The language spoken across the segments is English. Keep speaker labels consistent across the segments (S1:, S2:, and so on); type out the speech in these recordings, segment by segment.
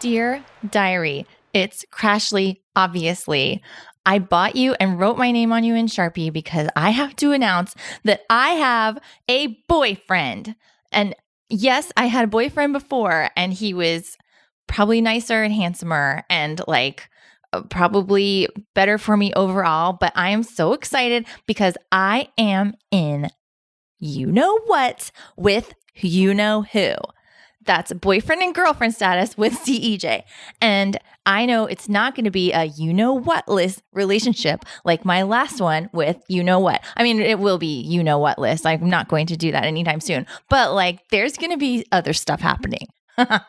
S1: Dear diary, it's Crashly, obviously. I bought you and wrote my name on you in Sharpie because I have to announce that I have a boyfriend. And yes, I had a boyfriend before, and he was probably nicer and handsomer and like uh, probably better for me overall. But I am so excited because I am in you know what with you know who. That's boyfriend and girlfriend status with CEJ. And I know it's not going to be a you know what list relationship like my last one with you know what. I mean, it will be you know what list. I'm not going to do that anytime soon, but like there's going to be other stuff happening.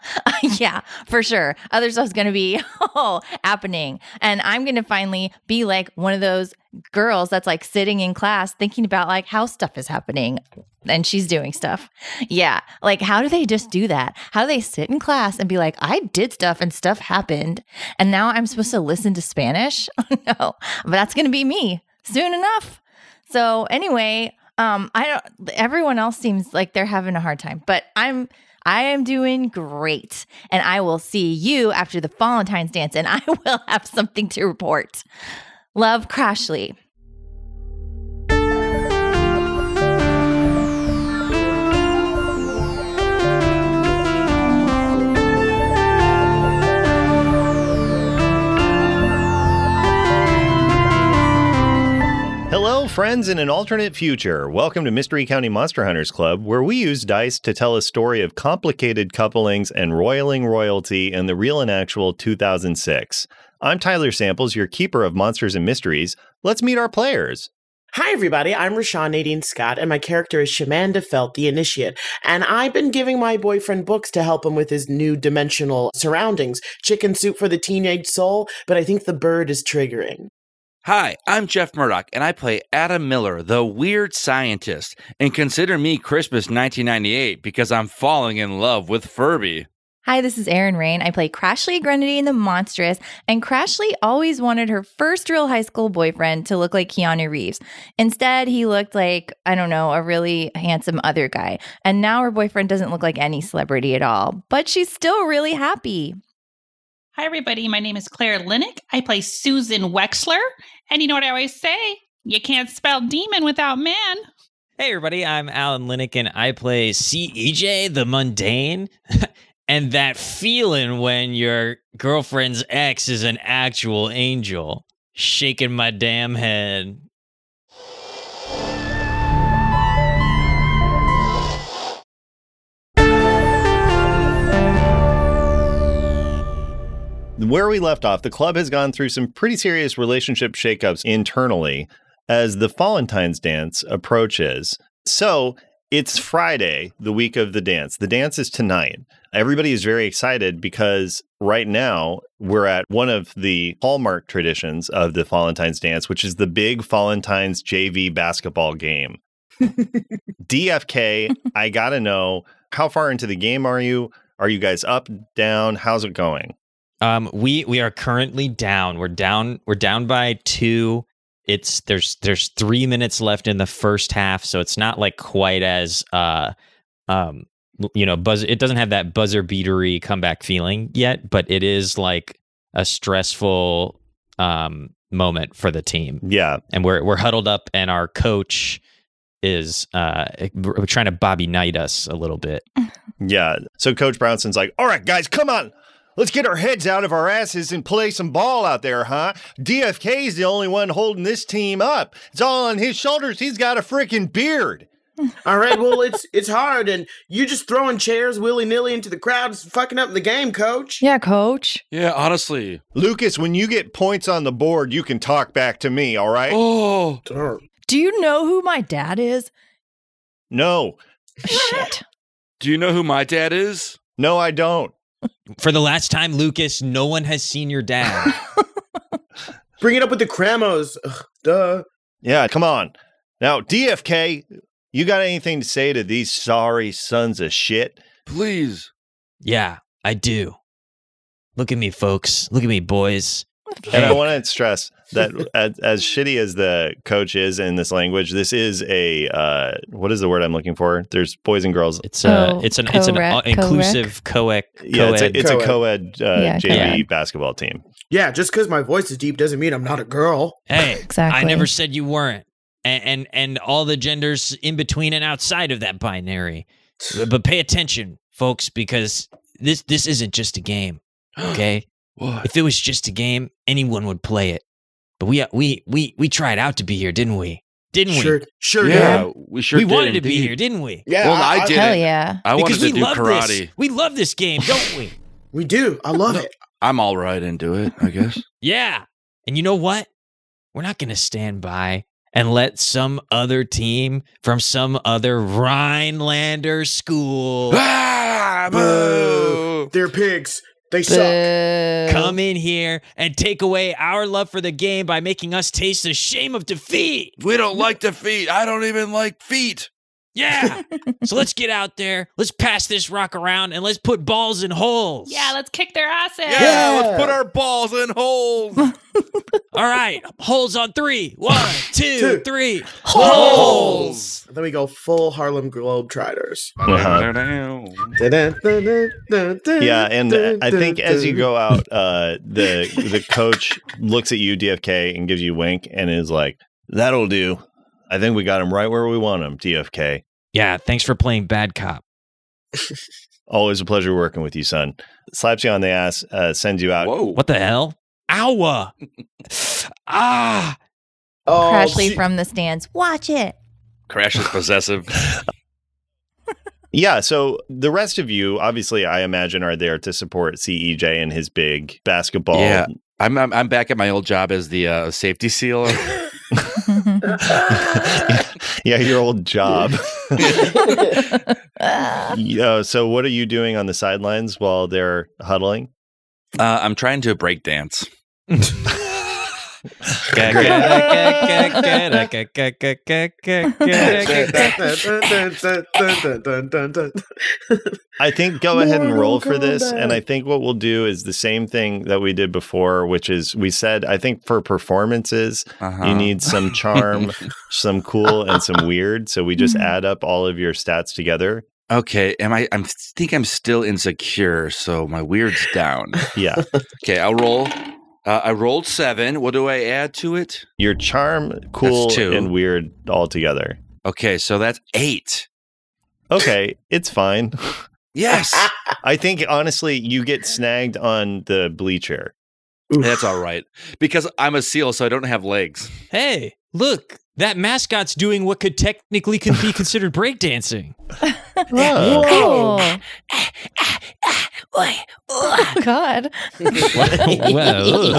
S1: yeah, for sure. Other stuff's going to be oh, happening. And I'm going to finally be like one of those girls that's like sitting in class thinking about like how stuff is happening and she's doing stuff. Yeah. Like, how do they just do that? How do they sit in class and be like, I did stuff and stuff happened. And now I'm supposed to listen to Spanish? no, but that's going to be me soon enough. So, anyway, um, I don't, everyone else seems like they're having a hard time, but I'm, I am doing great. And I will see you after the Valentine's dance and I will have something to report. Love Crashly.
S2: Hello, friends in an alternate future. Welcome to Mystery County Monster Hunters Club, where we use dice to tell a story of complicated couplings and roiling royalty in the real and actual 2006. I'm Tyler Samples, your keeper of monsters and mysteries. Let's meet our players.
S3: Hi, everybody. I'm Rashawn Nadine Scott, and my character is Shamanda Felt, the initiate. And I've been giving my boyfriend books to help him with his new dimensional surroundings Chicken Soup for the Teenage Soul, but I think the bird is triggering.
S4: Hi, I'm Jeff Murdoch, and I play Adam Miller, the weird scientist. And consider me Christmas 1998 because I'm falling in love with Furby.
S1: Hi, this is Erin Rain. I play Crashly Grenadine the Monstrous, and Crashly always wanted her first real high school boyfriend to look like Keanu Reeves. Instead, he looked like, I don't know, a really handsome other guy. And now her boyfriend doesn't look like any celebrity at all, but she's still really happy.
S5: Hi, everybody. My name is Claire Linick. I play Susan Wexler. And you know what I always say? You can't spell demon without man.
S6: Hey, everybody, I'm Alan Linick, and I play CEJ, the mundane. and that feeling when your girlfriend's ex is an actual angel, shaking my damn head.
S2: Where we left off, the club has gone through some pretty serious relationship shakeups internally as the Valentine's dance approaches. So it's Friday, the week of the dance. The dance is tonight. Everybody is very excited because right now we're at one of the hallmark traditions of the Valentine's dance, which is the big Valentine's JV basketball game. DFK, I gotta know how far into the game are you? Are you guys up, down? How's it going?
S6: Um, we we are currently down. We're down. We're down by two. It's there's there's three minutes left in the first half, so it's not like quite as uh um you know buzz. It doesn't have that buzzer beatery comeback feeling yet, but it is like a stressful um moment for the team
S2: Yeah,
S6: and we're we're huddled up, and our coach is uh we're trying to Bobby Knight us a little bit.
S2: Yeah. So Coach Brownson's like, all right, guys, come on. Let's get our heads out of our asses and play some ball out there, huh? DFK's the only one holding this team up. It's all on his shoulders. He's got a freaking beard.
S3: All right, well, it's it's hard, and you just throwing chairs willy nilly into the crowd, is fucking up the game, coach.
S1: Yeah, coach.
S4: Yeah, honestly.
S2: Lucas, when you get points on the board, you can talk back to me, all right?
S4: Oh,
S3: Durr.
S1: Do you know who my dad is?
S2: No,
S1: Shit.
S4: do you know who my dad is?
S2: no, I don't.
S6: For the last time, Lucas, no one has seen your dad.
S3: Bring it up with the Cramos. Ugh, duh.
S2: Yeah, come on. Now, DFK, you got anything to say to these sorry sons of shit?
S4: Please.
S6: yeah, I do. Look at me, folks. Look at me, boys.
S2: And I want to stress that as, as shitty as the coach is in this language, this is a uh, what is the word I'm looking for? There's boys and girls.
S6: It's a
S1: Oh,
S6: it's an it's an
S1: co-rec-
S6: uh, inclusive coec
S2: Yeah, it's
S6: co-ed.
S2: a, it's a
S3: Co-ed.
S2: co-ed uh,
S1: Yeah,
S2: JV basketball team.
S3: Yeah, just because my voice is deep doesn't mean I'm not a girl.
S6: hey,
S1: Exactly.
S6: I never said you weren't. And, and and all the genders in between and outside of that binary.
S4: Uh,
S6: But pay attention, folks, because this this isn't just a game, okay?
S4: What?
S6: if it was just a game, anyone would play it. But we we we we tried out to be here, didn't we? Didn't
S3: Sure, sure,
S4: yeah,
S3: did.
S4: we sure
S6: we? We
S4: did
S6: wanted to be
S4: indeed.
S6: here, didn't we?
S3: Yeah,
S4: Well, I did.
S1: Hell
S4: it.
S1: yeah.
S4: I wanted
S6: because
S4: to
S6: we
S4: do
S6: love
S4: karate.
S6: this. We love this game, don't we?
S3: We do. I love it.
S4: I'm all right into it, I guess.
S6: Yeah. And you know what? We're not going to stand by and let some other team from some other Rhinelander school
S4: ah, boo.
S3: They're pigs. They suck.
S1: Boo.
S6: come in here and take away our love for the game by making us taste the shame of defeat.
S4: We don't like defeat. I don't even like feet.
S6: Yeah. so let's get out there. Let's pass this rock around and let's put balls in holes.
S5: Yeah, let's kick their asses.
S4: Yeah,
S3: Yeah.
S4: let's put our balls in holes.
S6: All right. Holes on three. One, two,
S3: Two.
S6: three.
S4: holes.
S3: Then we go full Harlem Globetrotters.
S2: Uh-huh.
S3: Yeah,
S2: Yeah, and uh, I think as you go out, uh, the the coach looks at you, DFK, and gives you a wink, and is like, "That'll do. I think we got him right where we want him." DFK,
S6: Yeah. Thanks for playing bad cop.
S2: always a pleasure working with you, son. Slaps you on the ass, uh, sends you out.
S4: Whoa.
S6: What the hell? Owa. ah.
S3: oh,
S1: Crashly
S3: gee-
S1: from the stands. Watch it.
S4: Crash is possessive.
S2: Yeah, so the rest of you, obviously, I imagine, are there to support CEJ and his big basketball.
S4: Yeah. I'm, I'm I'm back at my old job as the uh, safety seal.
S2: yeah, your old job. Yeah, so, what are you doing on the sidelines while they're huddling?
S4: Uh, I'm trying to break dance.
S2: I think go ahead and
S3: Mortal
S2: roll for this.
S3: Kombat.
S2: And I think what we'll do is the same thing that we did before, which is we said, I think for performances,
S4: Uh-huh.
S2: you need some charm, some cool, and some weird. So, we just
S1: Mhm.
S2: add up all of your stats together.
S4: Okay, am I? I think I'm still insecure, so my weird's down.
S2: Yeah.
S4: Okay, I'll roll. Uh, I rolled seven. What do I add to it?
S2: Your charm, cool,
S4: two.
S2: and weird all together.
S4: Okay, so that's eight.
S2: Okay, it's fine.
S4: Yes,
S2: I think honestly, you get snagged on the bleacher.
S4: that's all right because I'm a seal, so I don't have legs.
S6: Hey, look, that mascot's doing what could technically could be considered breakdancing.
S2: Oh.
S1: cool.
S7: Whoa.
S1: Oh, God.
S6: Well,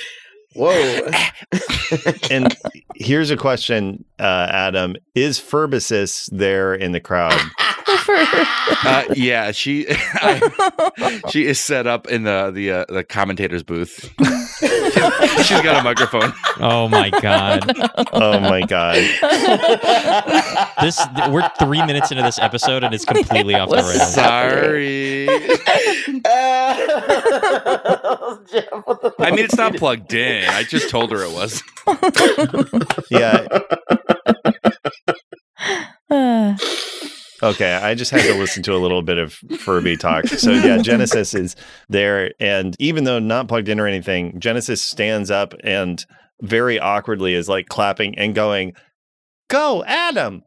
S3: Whoa.
S2: And here's a question, uh, Adam: Is Ferbusus there in the crowd?
S4: Uh, yeah, she she is set up in the the uh, the commentator's booth. She's got a microphone.
S6: Oh my god.
S2: oh my god!
S6: This th- we're 3 minutes into this episode and it's completely off the
S3: What's
S6: rails.
S3: up?
S4: Sorry,
S3: Jeff, what the
S4: I mean it's not
S3: fuck?
S4: plugged in. I just told her it was.
S2: Yeah.
S1: Uh,
S2: Okay, I just had to listen to a little bit of Furby talk. So yeah, Genesis is there, and even though not plugged in or anything, Genesis stands up and very awkwardly is like clapping and going, "Go, Adam,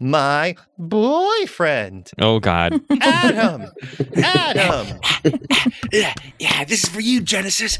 S2: my boyfriend,
S6: Oh god.
S2: Adam, Adam."
S7: Yeah, yeah, this is for you, Genesis.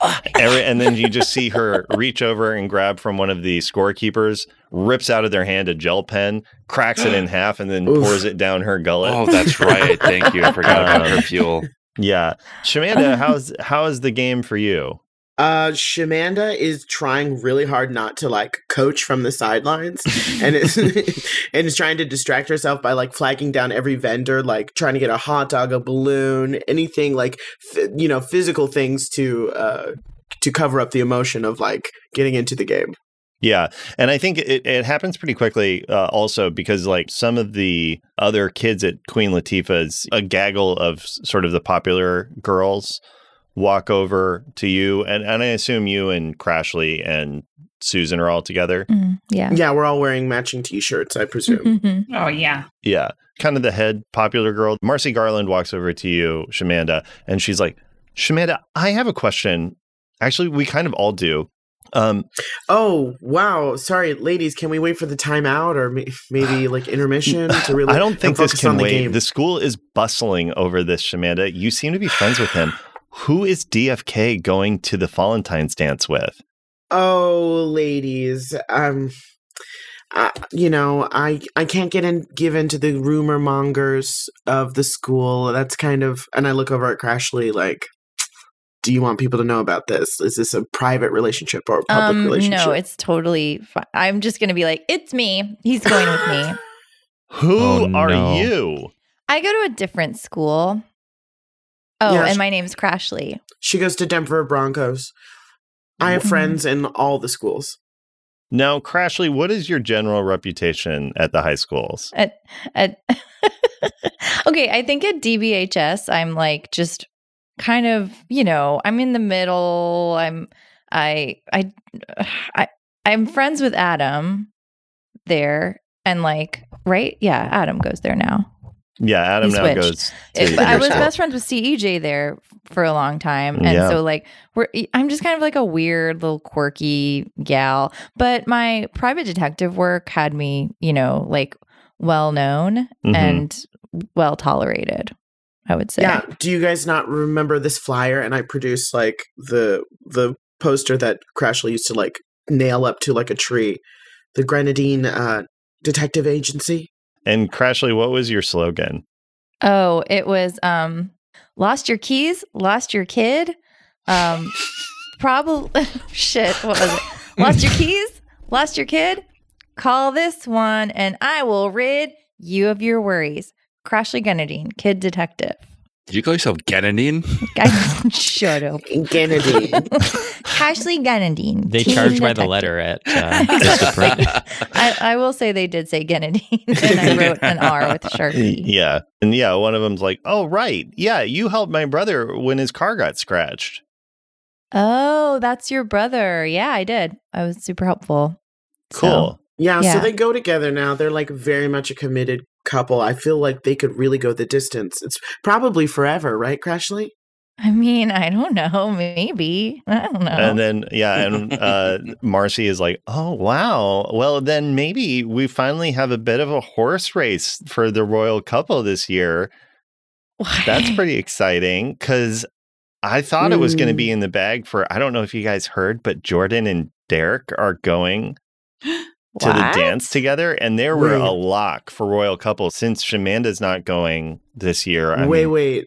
S7: Uh,
S2: Every- and then you just see her reach over and grab from one of the scorekeepers, rips out of their hand a gel pen, cracks it in half, and then
S3: Oof.
S2: pours it down her gullet.
S4: Oh, that's right. Thank you. I forgot about
S2: Uh,
S4: her fuel.
S2: Yeah, Shamanda, how's how is the game for you?
S3: Uh, Shamanda is trying really hard not to like coach from the sidelines, and is and is trying to distract herself by like flagging down every vendor, like trying to get a hot dog, a balloon, anything like f- you know physical things to uh to cover up the emotion of like getting into the game.
S2: Yeah, and I think it, it happens pretty quickly uh, also because like some of the other kids at Queen Latifah's a gaggle of s- sort of the popular girls walk over to you, and, and I assume you and Crashly and Susan are all together.
S1: Mm, yeah.
S3: Yeah, we're all wearing matching t shirts, I presume.
S1: Mhm.
S5: Oh yeah.
S2: Yeah, kind of the head popular girl. Marcy Garland walks over to you, Shamanda, and she's like, Shamanda, I have a question. Actually, we kind of all do. Um,
S3: Oh, wow. Sorry, ladies, can we wait for the timeout or may- maybe like intermission to really
S2: I don't think
S3: I'm
S2: this
S3: focused
S2: can
S3: on the
S2: wait.
S3: game.
S2: The school is bustling over this, Shamanda. You seem to be friends with him. Who is DFK going to the Valentine's dance with?
S3: Oh, ladies, um, I, you know, I I can't get in give into the rumor mongers of the school. That's kind of, and I look over at Crashly like, do you want people to know about this? Is this a private relationship or a public
S1: Um,
S3: relationship?
S1: no, it's totally fine. I'm just going to be like, it's me. He's going with me.
S2: Who
S6: Oh,
S2: are
S6: no.
S2: you?
S1: I go to a different school. Oh,
S3: Yeah, sh-
S1: and my name's Crashly.
S3: she goes to Denver Broncos. I have
S1: Mhm.
S3: friends in all the schools.
S2: Now, Crashly, what is your general reputation at the high schools?
S1: At, at okay, I think at DBHS, I'm like just kind of, you know, I'm in the middle. I'm, I, I, I, I'm friends with Adam there, and like, right? Yeah, Adam goes there now.
S2: Yeah, Adam
S1: He
S2: now
S1: switched.
S2: goes. to
S1: It- I
S2: your
S1: was
S2: school.
S1: best friends with CEJ there for a long time. And
S2: Yeah.
S1: so like we're I'm just kind of like a weird little quirky gal. But my private detective work had me, you know, like well known
S2: Mhm.
S1: and well tolerated, I would say.
S3: Yeah. Do you guys not remember this flyer? And I produced like the the poster that Crashly used to like nail up to like a tree, the Grenadine uh, Detective Agency.
S2: And Crashly, what was your slogan?
S1: Oh, it was um lost your keys, lost your kid. Um probably oh, shit, what was it? Lost your keys, lost your kid? Call this one and I will rid you of your worries. Crashly Gunnadine, kid detective.
S4: Did you call yourself Genadine?
S1: I, shut up.
S3: Grenadine.
S1: Crashly Gunnadine.
S6: They
S1: kid
S6: charge by the
S1: detective.
S6: letter at uh, Vista Print.
S1: I, I will say they did say Gunnadine and I wrote an R with Sharpie.
S2: Yeah. And yeah, one of them's like, oh, right. Yeah, you helped my brother when his car got scratched.
S1: Oh, that's your brother. Yeah, I did. I was super helpful. So-
S2: Cool.
S3: yeah,
S1: Yeah.
S3: So they go together now. They're like very much a committed couple. I feel like they could really go the distance. It's probably forever, right, Crashly?
S1: I mean, I don't know. Maybe. I don't know.
S2: And
S3: Oh.
S2: then, yeah, and uh, Marcy is like, oh, wow. Well, then maybe we finally have a bit of a horse race for the royal couple this year.
S1: Why?
S2: That's pretty exciting because I thought it was going to
S3: Mm.
S2: be in the bag for, I don't know if you guys heard, but Jordan and Derek are going to the
S1: What?
S2: dance together. And there were a
S3: Wait.
S2: lock for royal couple since Shamanda's not going this year. I
S3: wait,
S2: mean,
S3: wait.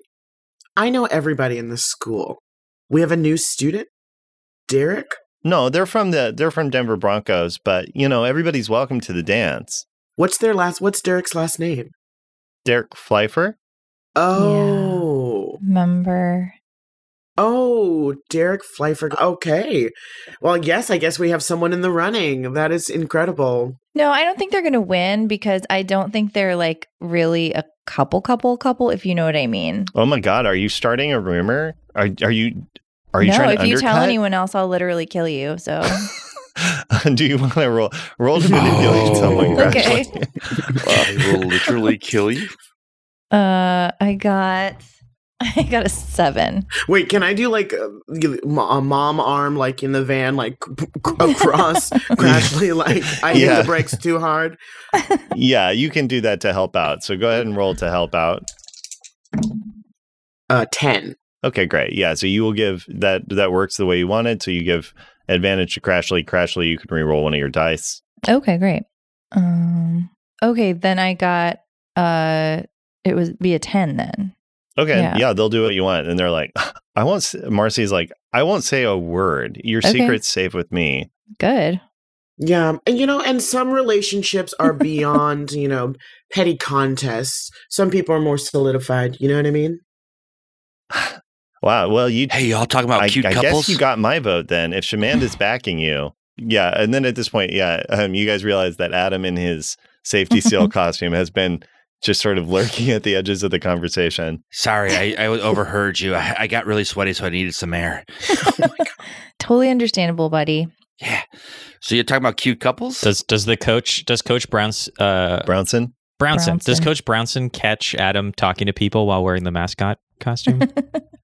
S3: I know everybody in this school. We have a new student, Derek.
S2: No, they're from the they're from Denver Broncos, but you know everybody's welcome to the dance.
S3: What's their last? What's Derek's last name?
S2: Derek Pfeiffer.
S3: Oh.
S1: Remember.
S3: Oh, Derek Pfeiffer. Okay. Well, yes, I guess we have someone in the running. That is incredible.
S1: No, I don't think they're going to win because I don't think they're like really a couple, couple, couple, if you know what I mean.
S2: Oh my God, are you starting a rumor? Are are you are you
S1: no,
S2: trying to
S1: if you tell
S2: undercut?
S1: anyone else, I'll literally kill you. So,
S2: Do you want to roll roll to manipulate
S4: Oh.
S2: someone? Crash?
S1: Okay.
S4: I will literally kill you.
S1: uh, I got, I got a seven.
S3: Wait, can I do like a, a mom arm, like in the van, like c- c- across, gradually? Like I hit
S2: Yeah.
S3: the brakes too hard.
S2: Yeah, you can do that to help out. So go ahead and roll to help out.
S3: Uh, ten.
S2: Okay, great. Yeah, so you will give that that works the way you wanted. So you give advantage to Crashly. Crashly, you can re-roll one of your dice.
S1: Okay, great. Um, okay, then I got, uh, it would be a 10 then.
S2: Okay, yeah.
S1: Yeah.
S2: they'll do what you want. And they're like, I won't. s- Marcy's like, I won't say a word. Your
S1: Okay.
S2: secret's safe with me.
S1: Good.
S3: Yeah, and you know, and some relationships are beyond you know petty contests. Some people are more solidified. You know what I mean?
S2: Wow. Well, you.
S4: Hey, y'all talking about
S2: I,
S4: Oh, cute
S2: I
S4: couples?
S2: guess you got my vote then. If Shamanda's backing you, yeah. And then at this point, yeah, um, you guys realize that Adam in his safety seal costume has been just sort of lurking at the edges of the conversation.
S4: Sorry, I, I overheard you. I, I got really sweaty, so I needed some air.
S1: Totally understandable, buddy.
S4: Yeah. So you're talking about cute couples?
S6: Does does the coach does Coach Brown's uh,
S2: Brownson?
S6: Brownson, does
S1: Brownson.
S6: Coach Brownson catch Adam talking to people while wearing the mascot costume?
S3: Hmm.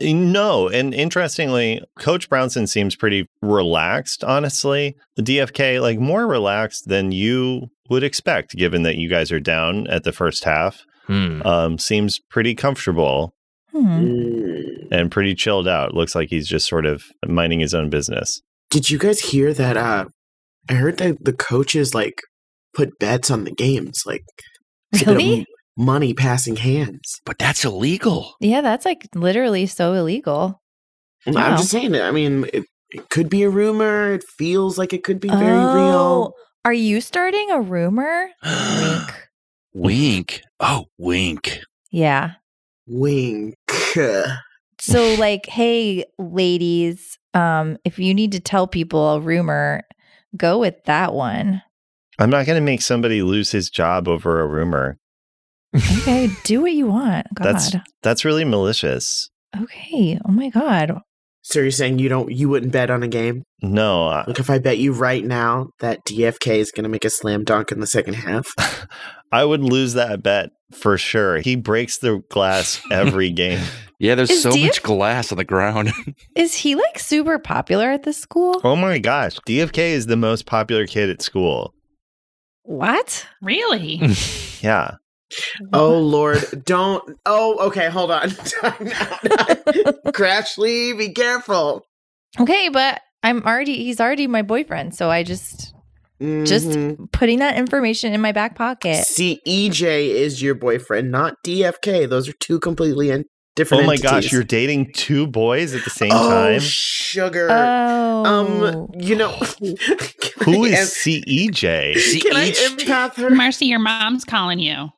S2: Eh, No. And interestingly, Coach Brownson seems pretty relaxed, honestly. The DFK, like more relaxed than you would expect, given that you guys are down at the first half,
S6: Hmm.
S2: um, seems pretty comfortable
S1: Hmm.
S3: Mm.
S2: and pretty chilled out. Looks like he's just sort of minding his own business.
S3: Did you guys hear that? Uh, I heard that the coaches like put bets on the games, like tipping
S1: Really?
S3: them money passing hands.
S4: But that's illegal.
S1: Yeah, that's like literally so illegal. Wow.
S3: I'm just saying. I mean, it, it could be a rumor. It feels like it could be very real.
S1: Oh, Are you starting a rumor? Wink.
S4: wink. Oh, wink.
S1: Yeah.
S3: Wink.
S1: So like, hey ladies, um if you need to tell people a rumor, go with that one.
S2: I'm not going to make somebody lose his job over a rumor.
S1: Okay, do what you want. God.
S2: That's- That's really malicious.
S1: okay. Oh my god.
S3: So you're saying you don't you wouldn't bet on a game?
S2: No, I-
S3: Like if I bet you right now that DFK is going to make a slam dunk in the second half,
S2: I would lose that bet for sure. He breaks the glass every game.
S4: Yeah, there's
S1: Is
S4: so
S1: Dean-
S4: much glass on the ground.
S1: Is he like super popular at this school?
S2: Oh my gosh. DFK is the most popular kid at school.
S1: What?
S5: Really?
S2: Yeah.
S3: oh lord, don't. Oh, okay, hold on. Time out. Crashly, be careful.
S1: Okay, but I'm already he's already my boyfriend, so I just Just-
S3: Mhm.
S1: putting that information in my back pocket.
S3: see, EJ is your boyfriend, not DFK. Those are two completely in- different.
S2: oh my
S3: entities.
S2: gosh. You're dating two boys at the same
S3: oh,
S2: time?
S3: sugar.
S1: Oh.
S3: um, you know
S2: Who is E
S3: Can
S2: CEJ?
S3: I- Can I
S4: CEJ?
S3: empath her?
S5: Marcy, your mom's calling you.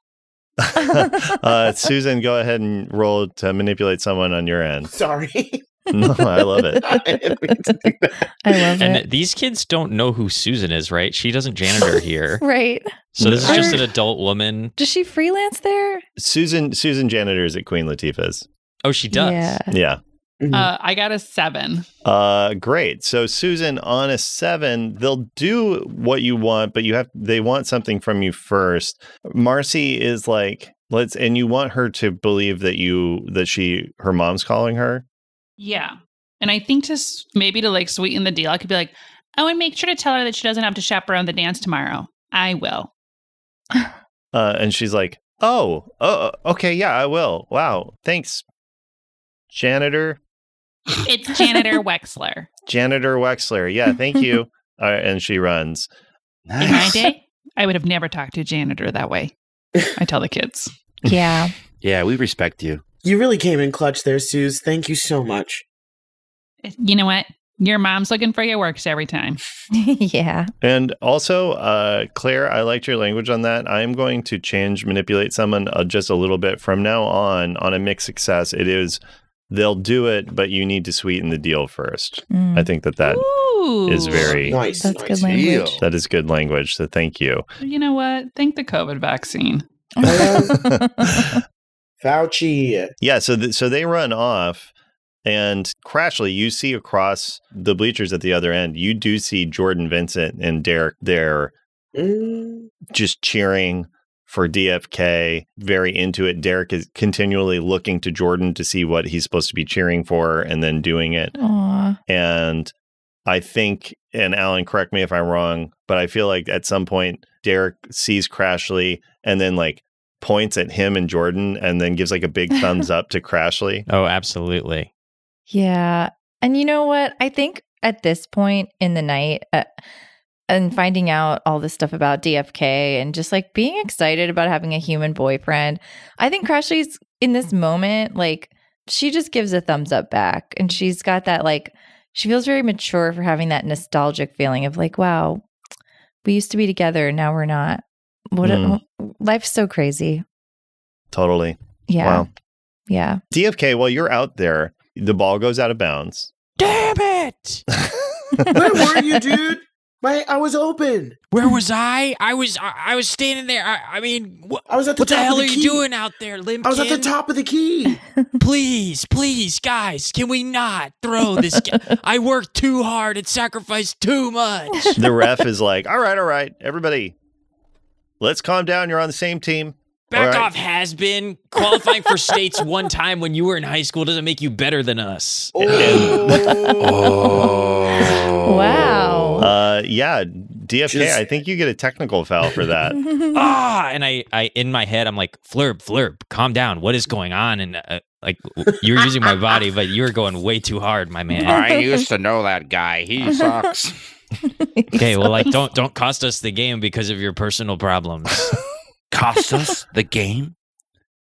S2: uh, Susan, go ahead and roll to manipulate someone on your end.
S3: Sorry,
S2: No, I love it.
S3: I didn't mean to do that.
S1: I love it.
S6: and these kids don't know who Susan is, right? She doesn't janitor here.
S1: right.
S6: So this is just
S1: Are-
S6: an adult woman.
S1: Does she freelance there?
S2: Susan Susan janitors at Queen Latifah's.
S6: Oh, she does.
S1: Yeah.
S2: Yeah.
S3: Mm. Mm-hmm.
S5: Uh, I got a seven.
S2: Uh, great. So Susan, on a seven, they'll do what you want, but you have they want something from you first. Marcy is like, let's, and you want her to believe that you that she her mom's calling her.
S5: Yeah. And I think to s- maybe to like sweeten the deal, I could be like, oh, and make sure to tell her that she doesn't have to chaperone the dance tomorrow. I will.
S2: Uh, and she's like, oh, oh, okay, yeah, I will. Wow, thanks, janitor,
S5: It's janitor Wexler.
S2: janitor Wexler. Yeah, thank you. Uh, and she runs.
S5: In my
S4: Nice.
S5: day, I would have never talked to a janitor that way. I tell the kids.
S1: Yeah.
S4: Yeah, we respect you.
S3: You really came in clutch there, Suze. Thank you so much.
S5: You know what? Your mom's looking for your works every time.
S1: yeah.
S2: And also, uh, Claire, I liked your language on that. I'm going to change manipulate someone uh, just a little bit from now on on a mixed success. It is they'll do it, but you need to sweeten the deal first.
S1: Mm.
S2: I think that that
S5: Ooh.
S2: is very
S3: Nice.
S1: That's
S3: nice.
S1: good language.
S4: Deal.
S2: that is good language. So thank you.
S5: You know what? Thank the COVID vaccine.
S3: Fauci.
S2: Yeah, so th- so they run off, and Crashly, you see across the bleachers at the other end. You do see Jordan Vincent and Derek there
S3: Mm.
S2: just cheering for DFK, very into it. Derek is continually looking to Jordan to see what he's supposed to be cheering for and then doing it.
S1: Aw.
S2: And I think, and Alan, correct me if I'm wrong, but I feel like at some point Derek sees Crashly and then like points at him and Jordan and then gives like a big thumbs up to Crashly.
S6: Oh, absolutely.
S1: Yeah. And you know what? I think at this point in the night, uh, and finding out all this stuff about DFK and just like being excited about having a human boyfriend, I think Crashly's in this moment, like she just gives a thumbs up back and she's got that like, she feels very mature for having that nostalgic feeling of like, wow, we used to be together. Now we're not. What
S6: Mm.
S1: a, life's so crazy.
S2: Totally.
S1: Yeah.
S2: Wow.
S1: Yeah.
S2: DFK, while you're out there, the ball goes out of bounds.
S6: Damn it!
S3: Where were you, dude? My I was open.
S8: Where was I? I was I, I was standing there. I, I mean, wh-
S3: I was at the
S8: what the
S3: top
S8: hell
S3: of
S8: are
S3: the
S8: you
S3: key.
S8: doing out there, Limpkin?
S3: I was at the top of the key.
S8: Please, please, guys, can we not throw this? G- I worked too hard and sacrificed too much.
S2: The ref is like, all right, all right, everybody, let's calm down. You're on the same team. All
S8: Back
S2: right.
S8: off, has been qualifying for states one time when you were in high school doesn't make you better than us.
S3: Oh.
S2: Oh.
S4: Oh.
S1: Wow.
S2: Uh, yeah, DFK,
S3: Just-
S2: I think you get a technical foul for that.
S6: ah and I, I in my head i'm like flurb flurb calm down what is going on and uh, like w- you were using my body but you were going way too hard my man
S4: I used to know that guy. He sucks.
S6: okay well like don't don't cost us the game because of your personal problems
S4: cost us the game?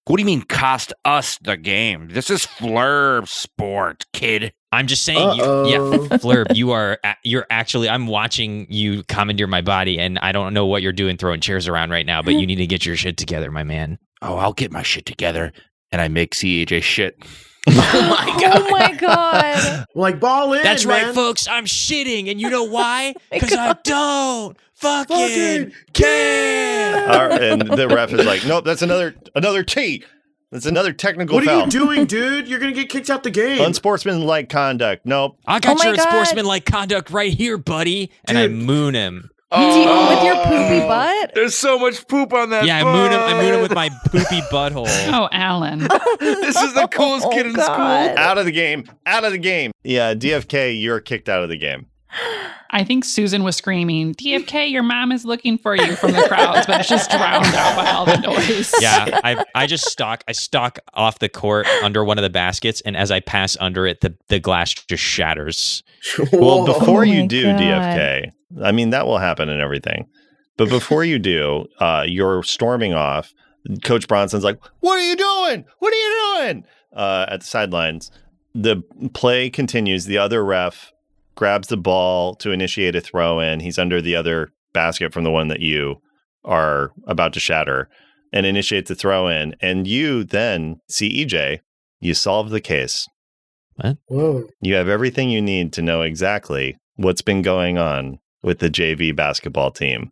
S4: What do you mean cost us the game? This is flurb sport, kid.
S6: i'm just saying you, yeah
S3: Uh-oh.
S6: flurb you are a- you're actually i'm watching you commandeer my body and i don't know what you're doing throwing chairs around right now but you need to get your shit together my man
S4: Oh, I'll get my shit together. And I make CEJ shit.
S1: Oh my god.
S3: like ball in.
S8: That's right,
S3: man.
S8: folks. I'm shitting, and you know why?
S1: my
S8: Because I don't fucking care.
S2: All right, and the ref is like, nope, that's another another T. That's another technical
S3: What
S2: foul.
S3: are you doing, dude? You're gonna get kicked out the game.
S2: Unsportsmanlike conduct. Nope.
S8: I got
S1: Oh my
S8: your
S1: God.
S8: sportsmanlike conduct right here, buddy. And I
S3: Dude.
S6: moon him
S1: Do you- with your poopy
S4: Oh.
S1: butt?
S4: There's so much poop on that.
S6: yeah i moon him i moon him with my poopy butthole
S5: Oh, Alan.
S4: This is the coolest
S1: Oh,
S4: kid in
S1: God.
S4: school.
S2: Out of the game. Out of the game. Yeah, DFK, you're kicked out of the game.
S5: I think Susan was screaming, DFK, your mom is looking for you from the crowds, but it's just drowned out by all the noise.
S6: yeah, I I just stalk I stalk off the court under one of the baskets, and as I pass under it, the, the glass just shatters.
S2: Well,
S3: Whoa.
S2: before
S1: Oh
S2: you
S1: my
S2: do
S1: God.
S2: DFK, I mean that will happen and everything. But before you do, uh, you're storming off. Coach Bronson's like, "What are you doing? What are you doing?" Uh, at the sidelines. The play continues. The other ref grabs the ball to initiate a throw in. He's under the other basket from the one that you are about to shatter and initiates a throw in. And you then see EJ. You solve the case.
S3: Whoa.
S2: You have everything you need to know exactly what's been going on with the JV basketball team.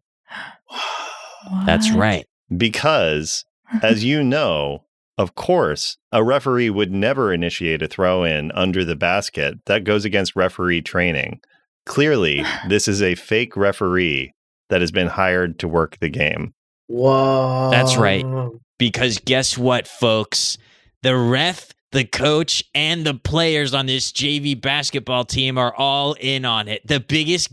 S6: That's
S1: What?
S6: right.
S2: Because, as you know, of course, a referee would never initiate a throw in under the basket. That goes against referee training. Clearly, this is a fake referee that has been hired to work the game.
S3: Whoa.
S6: That's right. Because guess what, folks? The ref, the coach, and the players on this JV basketball team are all in on it. The biggest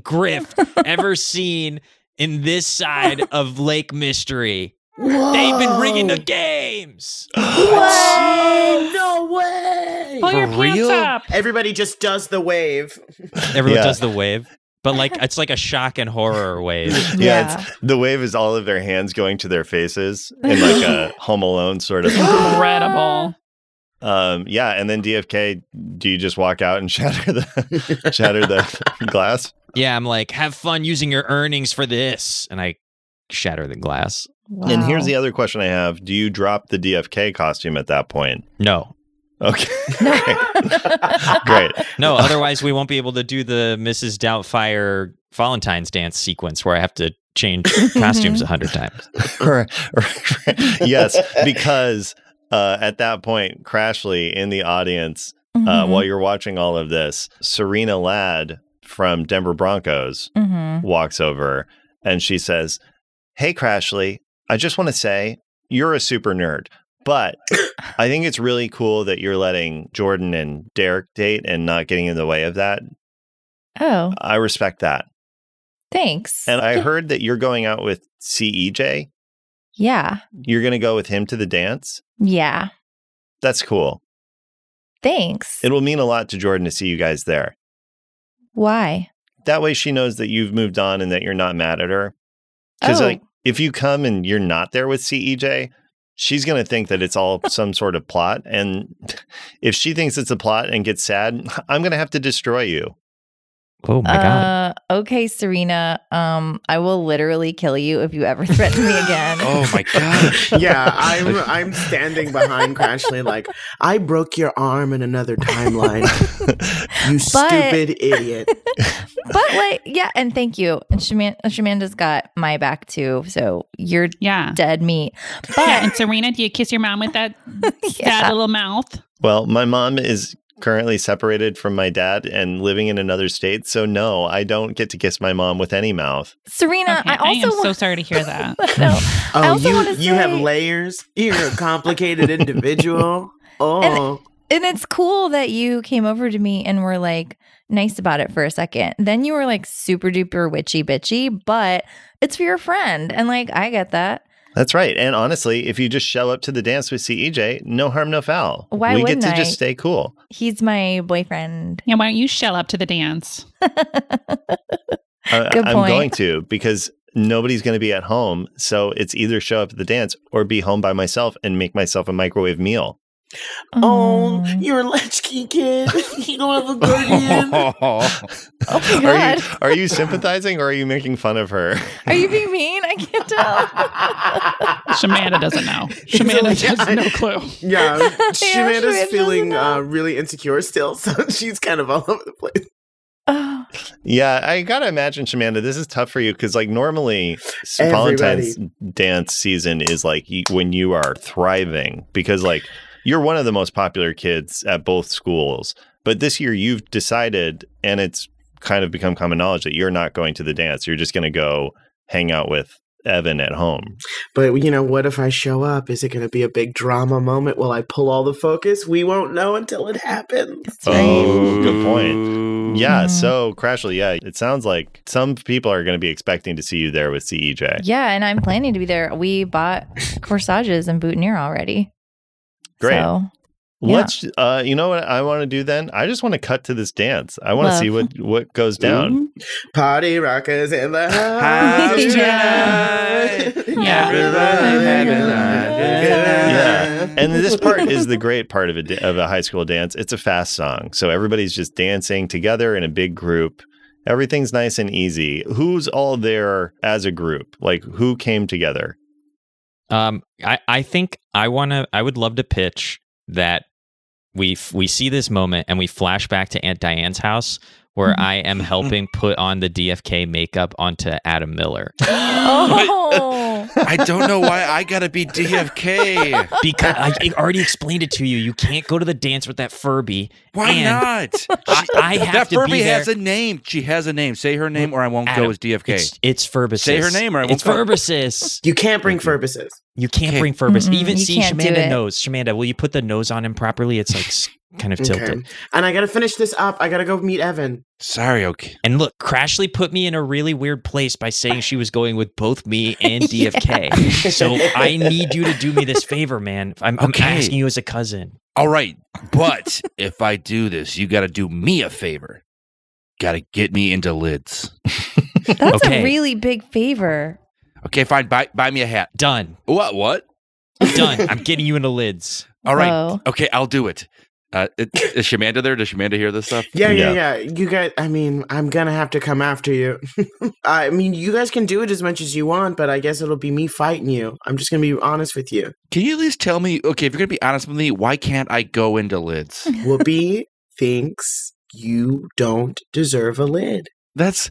S6: grift ever seen in this side of Lake Mystery. They've been rigging
S3: Oh.
S6: the games.
S3: Whoa, no way.
S5: Pull your
S4: For
S5: pants
S4: real?
S5: up.
S3: Everybody just does the wave.
S6: Everyone
S2: Yeah.
S6: does the wave, but like it's like a shock and horror wave.
S2: Yeah, it's, the wave is all of their hands going to their faces in like a Home Alone sort of.
S5: Incredible.
S2: Um, yeah, and then DFK, do you just walk out and shatter the shatter the glass?
S6: Yeah, I'm like, have fun using your earnings for this. And I shatter the glass.
S2: And here's the other question I have: Do you drop the DFK costume at that point?
S6: No.
S2: Okay,
S1: other.
S2: great. Uh,
S6: No, otherwise we won't be able to do the Mrs. Doubtfire Valentine's dance sequence where I have to change costumes a hundred times.
S2: Right, right, right. yes, because uh, at that point, Crashly in the audience uh,
S1: Mm-hmm.
S2: while you're watching all of this, Serena Ladd from Denver Broncos
S1: Mhm.
S2: walks over and she says, Hey, Crashly, I just want to say you're a super nerd, but I think it's really cool that you're letting Jordan and Derek date and not getting in the way of that.
S1: Oh,
S2: I respect that.
S1: thanks.
S2: And I heard that you're going out with CEJ.
S1: yeah.
S2: You're going to go with him to the dance.
S1: Yeah.
S2: That's cool.
S1: Thanks.
S2: It will mean a lot to Jordan to see you guys there.
S1: Why?
S2: That way she knows that you've moved on and that you're not mad at her. Because,
S1: Oh.
S2: like, if you come and you're not there with CEJ, she's going to think that it's all some sort of plot. And if she thinks it's a plot and gets sad, I'm going to have to destroy you.
S6: Oh my god.
S1: Uh, okay, Serena. Um, I will literally kill you if you ever threaten me again.
S4: Oh my gosh.
S3: yeah, I'm I'm standing behind Crashly like I broke your arm in another timeline. You
S1: But-
S3: stupid idiot.
S1: But like, yeah, and thank you. And Shaman- uh, Shamanda's got my back too, so you're
S5: Yeah.
S1: dead meat.
S5: Yeah,
S1: But
S5: and Serena, do you kiss your mom with that that
S1: yeah,
S5: little mouth?
S2: Well, my mom is currently separated from my dad and living in another state. So, no, I don't get to kiss my mom with any mouth.
S1: Serena,
S5: Okay,
S1: I
S5: I,
S1: also
S5: am so
S1: want-
S5: sorry to hear that.
S1: No. I
S3: Oh,
S1: also
S3: you
S1: wanna
S3: you have
S1: say-
S3: layers. You're a complicated individual. Oh,
S1: And it's cool that you came over to me and were like nice about it for a second. Then you were like super duper witchy bitchy, but it's for your friend. And like, I get that.
S2: That's right. And honestly, if you just show up to the dance with CEJ, no harm, no foul.
S1: Why
S2: we get
S1: wouldn't
S2: to
S1: I?
S2: just stay cool.
S1: He's my boyfriend.
S5: Yeah, why don't you shell up to the dance?
S2: I-
S1: Good
S2: I'm
S1: point.
S2: going to because nobody's going to be at home. So, it's either show up at the dance or be home by myself and make myself a microwave meal.
S3: oh,
S1: Mm.
S3: you're a latchkey kid. you don't have a guardian.
S1: Oh my
S2: Are you,
S1: God.
S2: are you sympathizing or are you making fun of her?
S1: Are you being mean? I can't tell.
S5: Shamanda doesn't know.
S3: He's
S5: Shamanda
S3: like,
S5: has
S3: I-
S5: no clue.
S3: Yeah,
S1: Shamanda
S3: Shamanda's
S1: doesn't
S3: feeling
S1: know.
S3: uh, really insecure still, so she's kind of all over the place.
S1: Oh,
S2: Yeah, I gotta imagine, Shamanda, this is tough for you because, like, normally s-
S3: Everybody.
S2: Valentine's dance season is like y- when you are thriving because, like, you're one of the most popular kids at both schools. But this year, you've decided, and it's kind of become common knowledge that you're not going to the dance. You're just gonna go hang out with Evan at home.
S3: But you know, what if I show up? Is it going to be a big drama moment? Will I pull all the focus? We won't know until it happens.
S1: that's right.
S2: Oh, good point.
S4: point.
S2: Yeah,
S1: Mhm.
S2: so Crashly, yeah, it sounds like some people are going to be expecting to see you there with E CEJ.
S1: Yeah, and I'm planning to be there. We bought corsages and boutonniere already.
S2: Great.
S1: So, Yeah.
S2: Let's uh you know what I want to do then? I just want to cut to this dance. I want to
S1: Love.
S2: see what what goes down.
S3: Party rockers in the house
S4: House
S3: tonight.
S4: tonight.
S5: Yeah.
S3: Everybody
S1: Everybody
S3: have a good night.
S2: And this part is the great part of a da- of a high school dance. It's a fast song. So everybody's just dancing together in a big group. Everything's nice and easy. Who's all there as a group? Like who came together?
S6: Um, I I think I wanna I would love to pitch that we f- we see this moment and we flash back to Aunt Diane's house where
S4: Mm-hmm.
S6: I am helping put on the DFK makeup onto Adam Miller
S1: oh,
S4: I don't know why I gotta be DFK.
S6: because I, I already explained it to you. You can't go to the dance with that Furby.
S4: Why
S6: And
S4: not?
S6: I, I have
S4: that
S6: to
S4: Furby
S6: be there.
S4: has a name. She has a name. Say her name, or I won't
S6: Adam,
S4: go as DFK.
S6: It's, it's Furbicis.
S4: Say her name or I won't
S6: It's
S4: go.
S6: Furbicis.
S3: You can't bring Furbises.
S6: You can't
S4: Okay.
S6: bring Furbus.
S1: Mm-mm,
S6: Even
S1: you
S6: see
S1: can't do
S6: Shamanda
S1: it.
S6: knows. Shamanda, will you put the nose on him properly? It's like s- kind of tilted.
S3: Okay. And I got to finish this up. I got to go meet Evan.
S4: Sorry, okay.
S6: And look, Crashly put me in a really weird place by saying she was going with both me and DFK. So I need you to do me this favor, man. I'm, I'm
S4: Okay.
S6: asking you as a cousin.
S4: All right, but if I do this, you gotta do me a favor. Gotta get me into lids.
S1: that's
S6: Okay.
S1: a really big favor.
S4: Okay, fine. Buy buy me a hat.
S6: Done.
S4: What? What?
S6: Done. I'm getting you into lids.
S4: All right.
S1: Whoa.
S4: Okay, I'll do it. Uh, it- is Shamanda there? Does Shamanda hear this stuff?
S3: Yeah, yeah, yeah.
S2: Yeah.
S3: You guys, I mean, I'm going to have to come after you. I mean, you guys can do it as much as you want, but I guess it'll be me fighting you. I'm just going to be honest with you.
S4: Can you at least tell me? Okay, if you're gonna be honest with me, why can't I go into lids?
S3: Whoopi thinks you don't deserve a lid.
S4: That's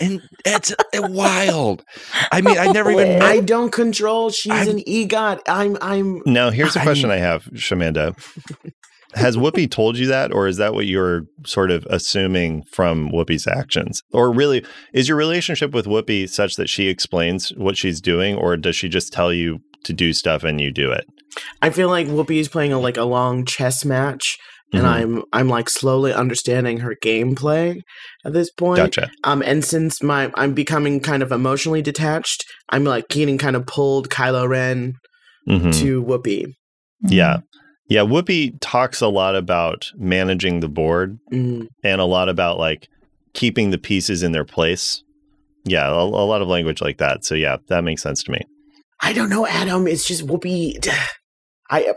S4: and that's uh, wild. I mean, I never even.
S1: Lid.
S3: I don't control. She's
S4: I'm-
S3: an EGOT. I'm. I'm.
S2: Now, here's a
S4: I
S2: question
S4: mean-
S2: I have, Shamanda. Has Whoopi told you that, or is that what you're sort of assuming from Whoopi's actions? Or really, is your relationship with Whoopi such that she explains what she's doing, or does she just tell you to do stuff and you do it?
S3: I feel like Whoopi is playing a like a long chess match, and
S2: Mhm.
S4: Mm-hmm.
S3: I'm. I'm like slowly understanding her gameplay at this point.
S2: Gotcha.
S3: Um, and since my I'm becoming kind of emotionally detached, I'm like getting kind of pulled Kylo Ren
S4: Mm.
S2: Mhm.
S3: to Whoopi.
S2: Yeah. Yeah. Whoopi talks a lot about managing the board
S3: Mm.
S2: and a lot about like keeping the pieces in their place. Yeah. A, a lot of language like that. So, yeah, that makes sense to me.
S3: I don't know, Adam. It's just Whoopi. I.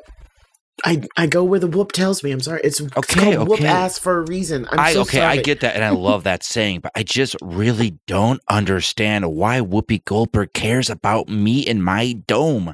S3: I, I go where the whoop tells me. I'm sorry. It's, it's
S4: Okay,
S3: called whoop
S4: okay.
S3: ass for a reason. I'm
S4: I
S3: so
S4: okay, I
S3: sorry.
S4: get that, and I love that saying, but I just really don't understand why Whoopi Goldberg cares about me and my dome.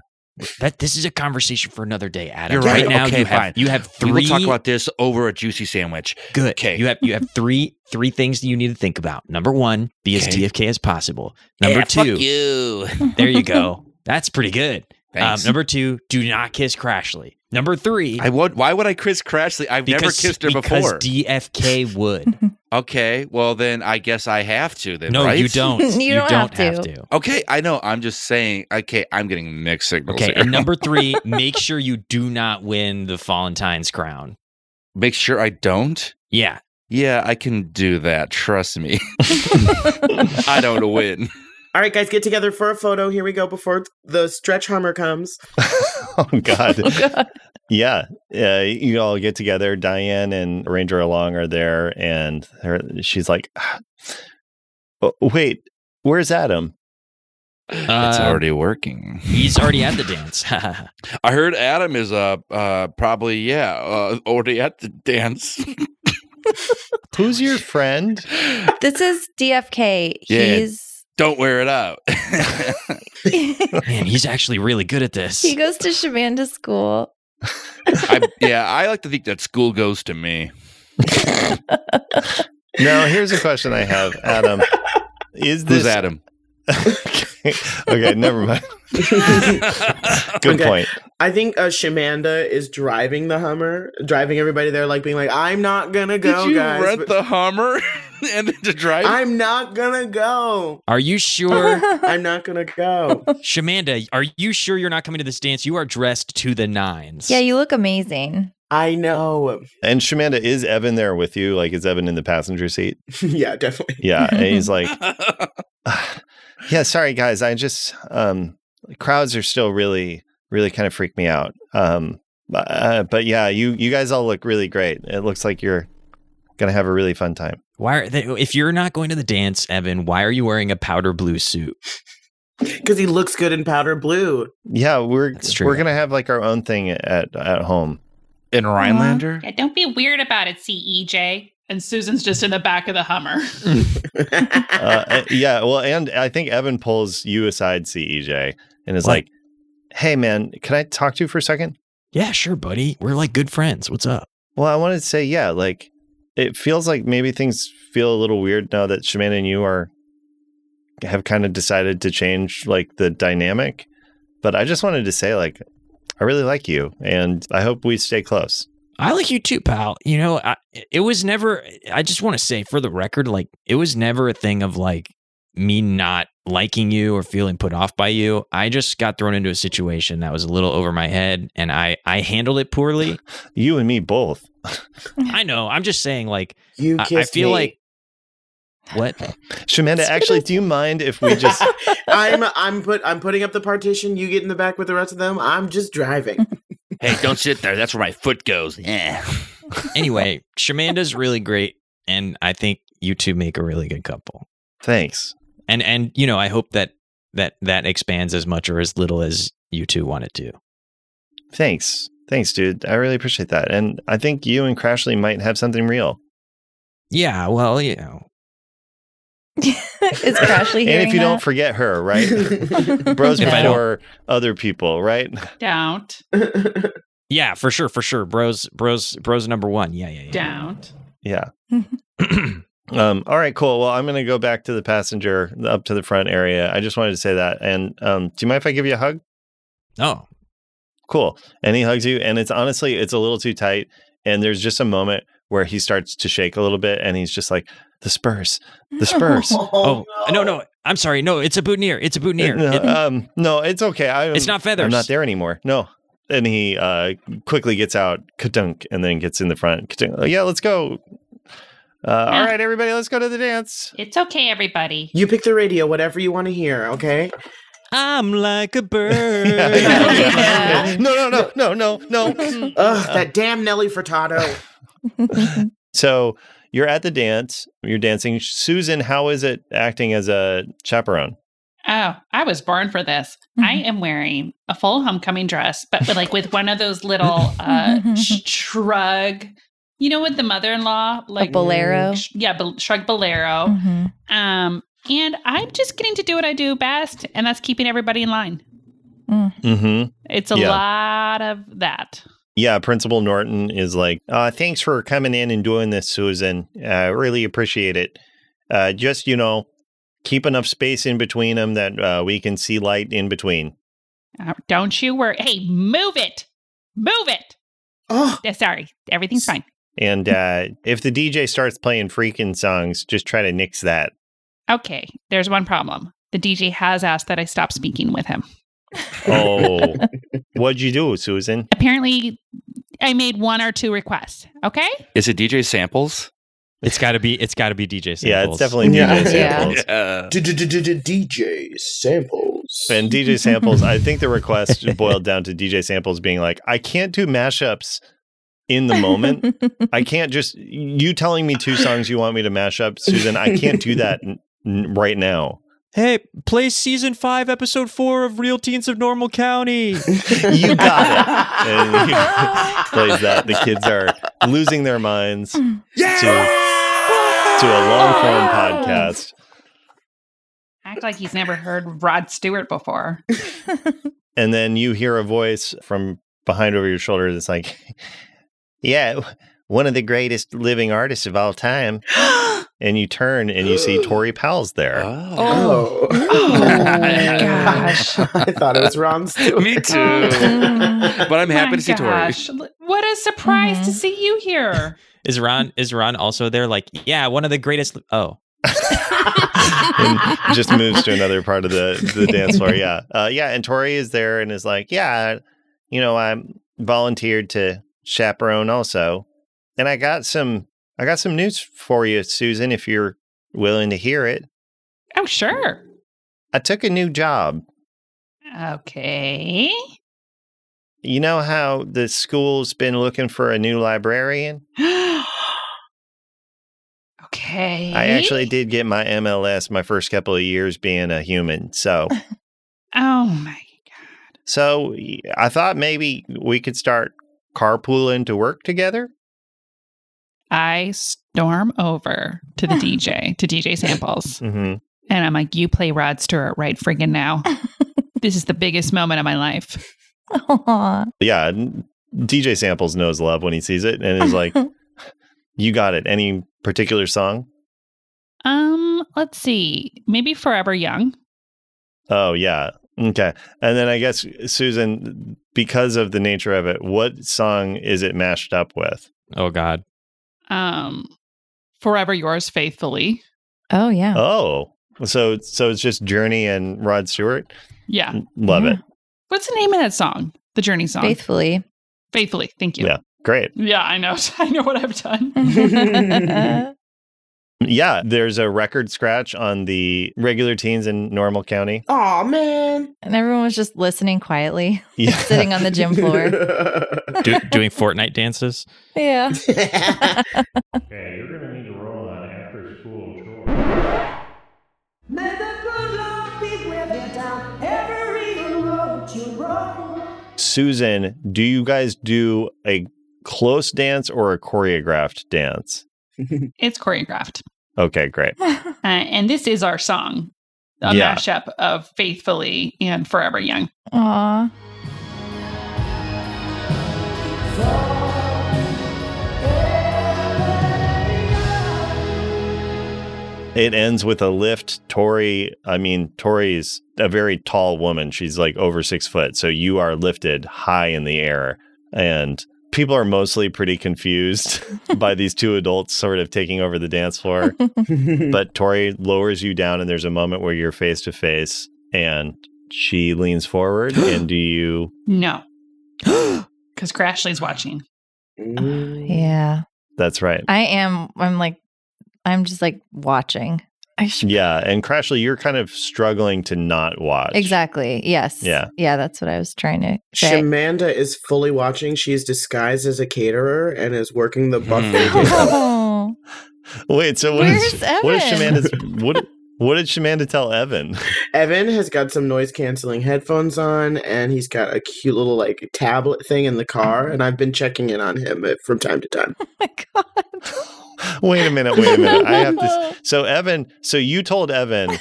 S6: That this is a conversation for another day, Adam.
S4: You're
S6: right
S4: right.
S6: now,
S4: Okay,
S6: you
S4: fine.
S6: have you have
S4: We
S6: three.
S4: will talk about this over a juicy sandwich.
S6: good.
S4: Okay.
S6: You have you have three three things that you need to think about. Number one, be as
S4: Okay.
S6: DFK as possible. Number
S4: Yeah, fuck
S6: two, Um,
S4: you.
S6: there you go. That's pretty good. Um,
S4: Thanks.
S6: number two, do not kiss Crashly. Number three,
S4: I would. Why would I kiss Crashly? I've never
S6: because-
S4: kissed her
S6: because
S4: before.
S6: DFK would.
S4: okay, well then I guess I have to. Then
S6: no,
S4: right?
S6: you don't.
S1: You don't have
S6: have
S1: to.
S6: to.
S4: Okay, I know. I'm just saying. Okay, I'm getting mixed signals.
S6: Okay,
S4: here.
S6: and number three, make sure you do not win the Valentine's crown.
S4: Make sure I don't.
S6: Yeah,
S4: Yeah, I can do that. Trust me. I don't win.
S3: All right, guys, get together for a photo. Here we go before the stretch hammer comes.
S2: oh
S1: Mm.
S2: God. Yeah. Uh, you all get together. Diane and Ranger Along are there, and her, she's like, "Ah, oh, "Wait, where's Adam?"
S4: it's
S6: Uh,
S4: already working.
S6: he's already at the dance.
S4: I heard Adam is uh, uh probably yeah uh, already at the dance.
S2: Who's your friend?
S1: This is DFK.
S4: Yeah.
S1: He's
S4: Don't wear it out.
S1: he
S6: Man, he's actually really good at this.
S1: goes to Shamanda school.
S4: I, yeah, I like to think that school goes to me.
S2: Now, here's a question I have, Adam. Is
S4: Who's
S2: this
S4: Adam?
S2: okay, okay, never mind. Good
S3: Okay.
S2: point.
S3: I think uh, Shamanda is driving the Hummer, driving everybody there, like being like, "I'm not gonna go,
S4: Did you
S3: guys.
S4: rent
S3: but-
S4: the Hummer and then to drive?
S3: I'm not gonna go.
S6: Are you sure,
S3: I'm not gonna go."
S6: Shamanda? Are you sure you're not coming to this dance? You are dressed to the nines.
S1: yeah, you look amazing.
S3: I know.
S2: And Shamanda, is Evan there with you? Like, is Evan in the passenger seat?
S3: yeah, definitely.
S2: Yeah. And he's like, "Ah, yeah, sorry guys. I just um crowds are still really, really kind of freak me out. Um but, uh, but yeah, you you guys all look really great. It looks like you're gonna have a really fun time.
S6: Why? Are they, if you're not going to the dance, Evan, why are you wearing a powder blue suit?
S3: Because he looks good in powder blue.
S2: Yeah, we're
S6: That's true.
S2: we're gonna have like our own thing at at home.
S4: in Rhinelander?
S5: Yeah, don't be weird about it, CEJ. And Susan's just in the back of the Hummer.
S2: Uh, uh, yeah, well, and I think Evan pulls you aside, CEJ, and is
S6: What?
S2: like, "Hey, man, can I talk to you for a second?
S6: Yeah, sure, buddy. We're like good friends. What's up?
S2: Well, I wanted to say, yeah, like it feels like maybe things feel a little weird now that Shemana and you are have kind of decided to change like the dynamic. But I just wanted to say, like, I really like you, and I hope we stay close.
S6: I like you too, pal. You know, I, it was never, I just want to say for the record, like, it was never a thing of like me not liking you or feeling put off by you. I just got thrown into a situation that was a little over my head and I, I handled it poorly.
S2: You and me both.
S6: I know. I'm just saying, like,
S3: you
S6: I, I
S3: kissed
S6: feel
S3: me.
S6: like, what?
S2: Shemanda, actually, do you mind if we just?
S3: I'm I'm put I'm putting up the partition. You get in the back with the rest of them. I'm just driving.
S4: Hey, don't sit there. That's where my foot goes. Yeah.
S6: Anyway, Shamanda's really great. And I think you two make a really good couple.
S2: Thanks.
S6: and and you know i hope that that that expands as much or as little as you two want it to
S2: Thanks. Thanks, dude. I really appreciate that. And I think you and Crashly might have something real.
S6: yeah well you know
S1: Is Crashly hearing
S2: and if you don't forget her, right?
S1: don't,
S2: Bros
S6: If I don't-
S2: before other people, right?
S5: don't.
S6: yeah for sure for sure bros bros bros number one yeah yeah yeah
S5: Don't.
S2: Yeah. Um, all right, cool. Well, I'm going to go back to the passenger up to the front area. I just wanted to say that. And um, do you mind if I give you a hug?
S6: oh
S2: Cool. And he hugs you, and it's honestly, it's a little too tight. And there's just a moment where he starts to shake a little bit, and he's just like, "The Spurs, the Spurs."
S6: oh no no i'm sorry no it's a boutonniere it's a boutonniere
S2: No,
S6: It-
S2: um, no, it's okay. I,
S6: it's not feathers
S2: I'm not there anymore. No. And he uh, quickly gets out, kadunk, and then gets in the front. Kadunk. Oh, yeah, let's go. Uh, all
S5: Yeah.
S2: right, everybody, let's go to the dance.
S5: It's okay, everybody.
S3: You pick the radio, whatever you want to hear. Okay.
S6: i'm like a
S2: Yeah,
S6: bird
S2: yeah, yeah.
S1: Yeah.
S2: No, no, no, no, no, no.
S3: Ugh,
S6: Uh.
S3: that damn Nelly Furtado.
S2: So you're at the dance, you're dancing. Susan, how is it acting as a chaperone?
S5: Oh, I was born for this. I am wearing a full homecoming dress, but with, like with one of those little uh sh- shrug. You know, with the mother-in-law, like
S1: bolero?
S5: sh- yeah, bol- shrug bolero.
S4: Oh.
S1: Mhm.
S5: Um, and I'm just getting to do what I do best, and that's keeping everybody in line.
S2: Mm-hmm.
S5: It's a
S2: Yeah.
S5: lot of that.
S2: Yeah, Principal Norton is like, uh, thanks for coming in and doing this, Susan. I really appreciate it. Uh, just, you know, keep enough space in between them that uh, we can see light in between.
S5: Uh, don't you worry. Hey, move it, move it.
S3: Oh,
S5: Yeah, sorry, everything's fine.
S2: And uh, if the DJ starts playing freaking songs, just try to nix that.
S5: Okay, there's one problem. The DJ has asked that I stop speaking with him.
S2: Oh, what'd you do, Susan?
S5: Apparently, I made one or two requests. Okay.
S4: Is it DJ Samples?
S6: It's got to be. It's got to be DJ. Samples.
S2: Yeah, it's definitely
S3: Yeah.
S2: DJ
S1: Yeah.
S2: Samples.
S4: Yeah.
S3: DJ samples.
S2: And DJ Samples, I think the request boiled down to DJ Samples being like, I can't do mashups in the moment. I can't just, you telling me two songs you want me to mash up, Susan, I can't do that n- n- right now.
S6: Hey, play season five, episode four of Real Teens of Normal County.
S2: You got it. And he plays that. The kids are losing their minds to, to a long form podcast.
S5: Act like he's never heard Rod Stewart before.
S2: And then you hear a voice from behind over your shoulder that's like, Yeah, one of the greatest living artists of all time. and you turn and you see Tori Powell's there.
S3: Oh.
S5: gosh.
S3: I thought it was Ron Stewart.
S4: Me too. But I'm happy to
S5: My
S1: Oh
S4: see Tori.
S5: gosh, l- What a surprise to
S1: Mhm.
S5: see you here.
S6: is Ron? Is Ron also there? Like, yeah, one of the greatest. Oh,
S2: and just moves to another part of the, the dance floor. Yeah. Uh, yeah. And Tori is there and is like, yeah, you know, I volunteered to chaperone also. And I got some, I got some news for you, Susan, if you're willing to hear it.
S5: Oh, sure.
S2: I took a new job.
S5: Okay.
S2: You know how the school's been looking for a new librarian?
S5: okay.
S2: I actually did get my MLS my first couple of years being a human. So,
S5: Oh my
S2: so I thought maybe we could start carpooling to work together.
S5: I storm over to the DJ, to DJ Samples,
S2: Mm-hmm.
S5: and I'm like, you play Rod Stewart right friggin' now. this is the biggest moment of my life.
S1: Aw.
S2: yeah, n- DJ Samples knows love when he sees it and is like, "You got it." Any particular song?
S5: Um, let's see. Maybe Forever Young.
S2: Oh yeah, okay. And then I guess Susan, because of the nature of it, what song is it mashed up with?
S6: oh God.
S5: Um, Forever Yours Faithfully.
S1: oh yeah.
S2: Oh, so so it's just Journey and Rod Stewart.
S1: Uh,
S5: Yeah.
S2: Love
S1: Yeah.
S2: it.
S5: What's the name of that song? The Journey song.
S1: Faithfully.
S5: Faithfully. Thank you.
S2: Yeah.
S1: mm-hmm.
S2: Great.
S5: Yeah, I know. I know what I've done.
S1: Mm.
S2: Yeah, there's a record scratch on the regular teens in Normal County.
S3: Aw, man.
S1: And everyone was just listening quietly,
S2: Yeah.
S1: sitting on the gym floor.
S6: Do, doing Fortnite dances.
S1: yeah.
S9: Okay, you're gonna need to roll on after school chores.
S10: May the good Lord be with you down every road you roam.
S2: Susan, do you guys do a close dance or a choreographed dance?
S5: It's choreographed.
S2: Okay, great.
S5: Uh, and this is our song, a
S2: Yeah.
S5: mashup of Faithfully and Forever Young.
S1: Aw.
S2: It ends with a lift. Tori, I mean, Tori's a very tall woman. She's like over six foot. So you are lifted high in the air. And people are mostly pretty confused by these two adults sort of taking over the dance floor. but Tori lowers you down, and there's a moment where you're face to face and she leans forward. and do you?
S5: No. Because Crashly's watching.
S1: Yeah.
S2: That's right.
S1: I am. I'm like, I'm just like watching. I should.
S2: Yeah. And Crashly, you're kind of struggling to not watch.
S1: Exactly. Yes.
S2: Yeah.
S1: Yeah. That's what I was trying to say.
S3: Shamanda is fully watching. She is disguised as a caterer and is working the buffet.
S4: Hmm.
S3: table.
S1: Oh.
S2: Wait, so what is
S1: Where's
S2: what is
S1: Evan?
S2: Shamanda's what What did Shamanda tell Evan?
S3: Evan has got some noise canceling headphones on, and he's got a cute little like tablet thing in the car. And I've been checking in on him uh, from time to time.
S2: wait a minute, wait a minute. I have to. s- So Evan, so you told Evan,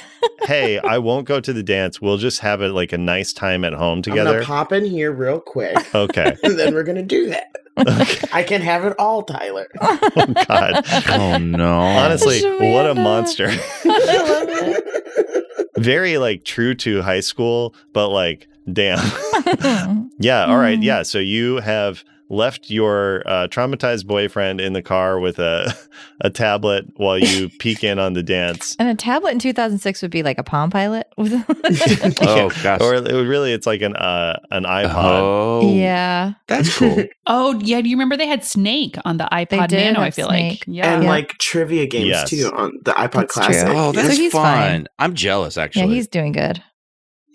S2: "Hey, I won't go to the dance. We'll just have it like a nice time at home
S3: I'm gonna
S2: together."
S3: pop in here real quick,
S2: Okay.
S3: and then we're gonna do that. I can have it all, Tyler.
S2: God.
S4: Oh no.
S2: Honestly, what a monster.
S3: I love it.
S2: Very like true to high school, but like damn. yeah, all right.
S1: Mhm.
S2: Yeah, so you have left your uh, traumatized boyfriend in the car with a a tablet while you peek in on the dance.
S1: And a tablet in 2006 would be like a Palm Pilot.
S4: Oh gosh.
S2: Or it, really it's like an uh, an iPod.
S4: oh.
S1: yeah.
S4: That's cool.
S5: Oh yeah, do you remember they had Snake on the iPod
S1: did
S5: Nano?
S1: have
S5: I feel
S1: Snake.
S5: like yeah,
S3: And
S1: Yeah.
S3: like trivia games
S2: Yes.
S3: too on the iPod
S1: That's true.
S3: Classic.
S4: oh, that's
S1: he's
S4: fun.
S1: fine.
S4: I'm jealous
S1: Yeah,
S4: actually.
S1: he's doing good.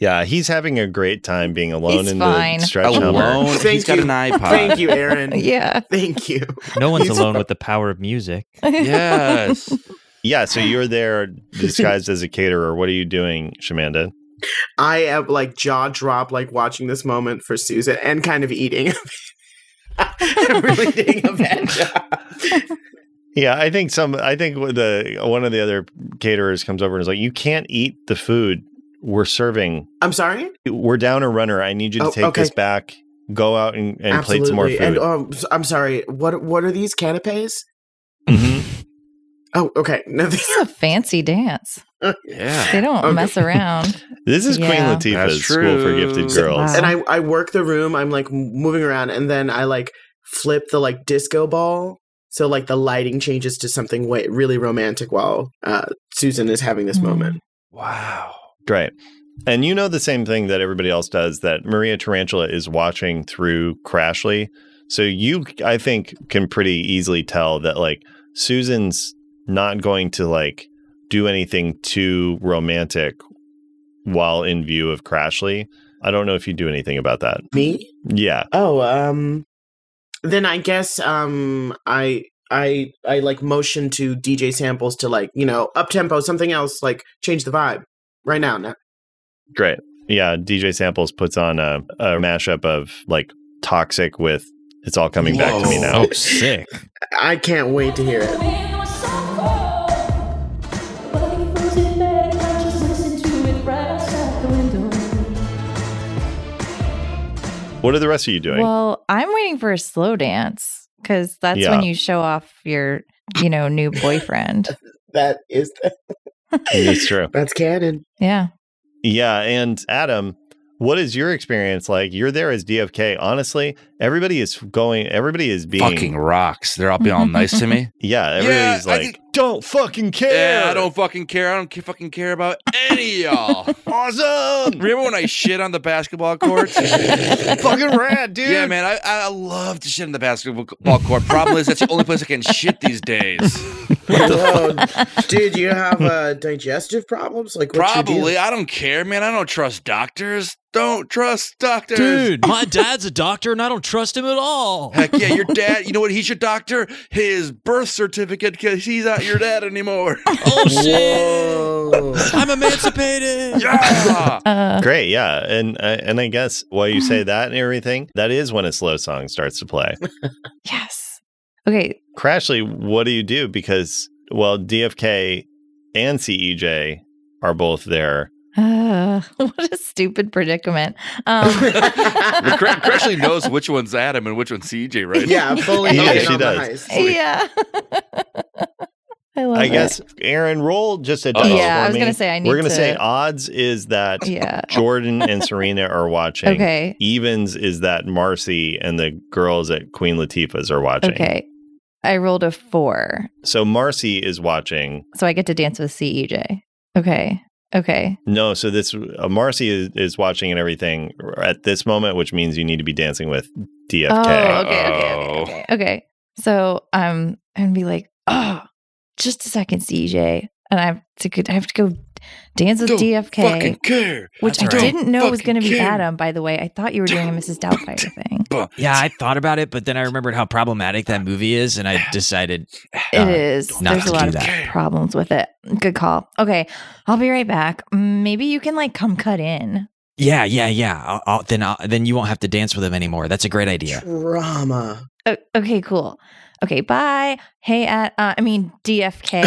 S2: Yeah, he's having a great time being alone
S1: He's
S2: in
S1: fine.
S2: the stretch
S4: alone.
S2: number.
S3: Thank
S4: he's got
S3: you.
S4: an iPod.
S3: Thank you, Aaron.
S1: Yeah.
S3: Thank you.
S6: No one's
S3: He's
S6: alone
S3: fu-
S6: with the power of music.
S4: Yes.
S2: Yeah, so you're there disguised as a caterer. What are you doing, Shamanda?
S3: I am like jaw dropped, like watching this moment for Susan and kind of eating. I'm really doing a bad job.
S2: Yeah, I think some. I think with the one of the other caterers comes over and is like, "You can't eat the food we're serving.
S3: I'm sorry.
S2: We're down a runner. I need you to
S3: Oh,
S2: take
S3: okay.
S2: this back. Go out and, and plate some more food."
S3: And um, s- I'm sorry. What what are these canapes?
S2: Mhm.
S3: Oh, okay. No, these-
S1: It's a fancy dance.
S4: Yeah.
S1: They don't
S3: Okay.
S1: mess around.
S2: This is Queen
S1: Yeah.
S2: Latifah's
S4: That's
S2: School for Gifted
S4: true.
S2: Girls.
S1: Wow.
S3: and I I work the room. I'm like m- moving around, and then I like flip the like disco ball. So like the lighting changes to something way, really romantic while uh, Susan is having this
S1: Mm.
S3: moment.
S4: Wow.
S2: Right. And you know the same thing that everybody else does that Maria Tarantula is watching through Crashly. So you I think can pretty easily tell that like Susan's not going to like do anything too romantic while in view of Crashly. I don't know if you do anything about that.
S3: Me?
S2: Yeah.
S3: Oh, um, then I guess um I. I I like motion to DJ samples to like you know up tempo something else like change the vibe right now now
S2: Great. Yeah, DJ Samples puts on a, a mashup of like Toxic with It's All Coming Back to Me Now.
S6: Oh, sick.
S3: I can't wait to hear it
S2: What are the rest of you doing?
S1: Well, I'm waiting for a slow dance because that's
S2: Yeah.
S1: when you show off your, you know, new boyfriend.
S3: that is
S2: it's true.
S3: that's canon
S1: yeah.
S2: Yeah, and Adam, what is your experience like? You're there as DFK. Honestly, everybody is going. Everybody is being.
S4: Fucking rocks. They're all being all nice to me.
S2: yeah,
S4: Yeah,
S2: everybody's
S4: I
S2: like, don't fucking care.
S4: Yeah, I don't fucking care. I don't ca- fucking care about any of y'all.
S2: Awesome.
S4: Remember when I shit on the basketball courts?
S2: fucking rad, dude.
S4: Yeah, man, I, I love to shit on the basketball court. Problem is, that's the only place I can shit these days.
S3: Whoa, Um, dude, you have uh, digestive problems? Like what's your deal?
S4: Probably. I don't care, man. I don't trust doctors. Don't trust doctors.
S8: Dude, my dad's a doctor and I don't trust him at all.
S4: Heck yeah, your dad. You know what? He's your doctor. His birth certificate, because he's not your dad anymore.
S8: Oh shit.
S3: Whoa.
S8: I'm emancipated.
S4: Yeah.
S1: Uh,
S2: Great, yeah, and uh, and I guess while you say that and everything, that is when a slow song starts to play.
S1: yes. Okay.
S2: Crashly, what do you do? Because well, DFK and CEJ are both there.
S1: Uh, what a stupid predicament. Um,
S4: But Cra- Crashly knows which one's Adam and which one's CJ, right?
S3: yeah, fully
S2: Yeah,
S3: in
S2: she
S3: on
S2: does.
S3: the heist.
S1: yeah. I love
S2: I
S1: it.
S2: guess Aaron, roll just a dice.
S4: Uh-oh.
S1: Oh, Yeah,
S2: for
S1: I was
S2: me.
S1: gonna say I need.
S2: We're gonna
S1: to,
S2: say uh, odds is that
S1: Yeah.
S2: Jordan and Serena are watching.
S1: Okay.
S2: Evens is that Marcy and the girls at Queen Latifah's are watching.
S1: Okay. I rolled a four,
S2: So Marcy is watching.
S1: so I get to dance with CEJ. Okay. Okay.
S2: No, so this uh, Marcy is, is watching and everything at this moment, which means you need to be dancing with DFK.
S1: Oh, okay, okay, okay,
S4: Oh.
S1: okay, okay. So E um, and be like, oh, just a second, CJ, and I have to go. I have to go Dance with
S7: Don't
S1: DFK,
S7: fucking care.
S1: which I
S6: That's right.
S1: didn't know was
S7: Fucking
S1: going to be
S7: care.
S1: Adam. By the way, I thought you were doing a Mrs. Doubtfire thing.
S6: Yeah, I thought about it, but then I remembered how problematic that movie is, and I decided
S1: It
S6: Uh,
S1: is.
S6: not
S1: There's
S6: to
S1: a lot
S6: do
S1: of
S6: that.
S1: problems with it. Good call. Okay, I'll be right back. Maybe you can like come cut in.
S6: Yeah, yeah, yeah. I'll, I'll, then, I'll, then you won't have to dance with him anymore. That's a great idea.
S3: Drama.
S1: O- okay, cool. Okay, bye. Hey, at uh, I mean DFK.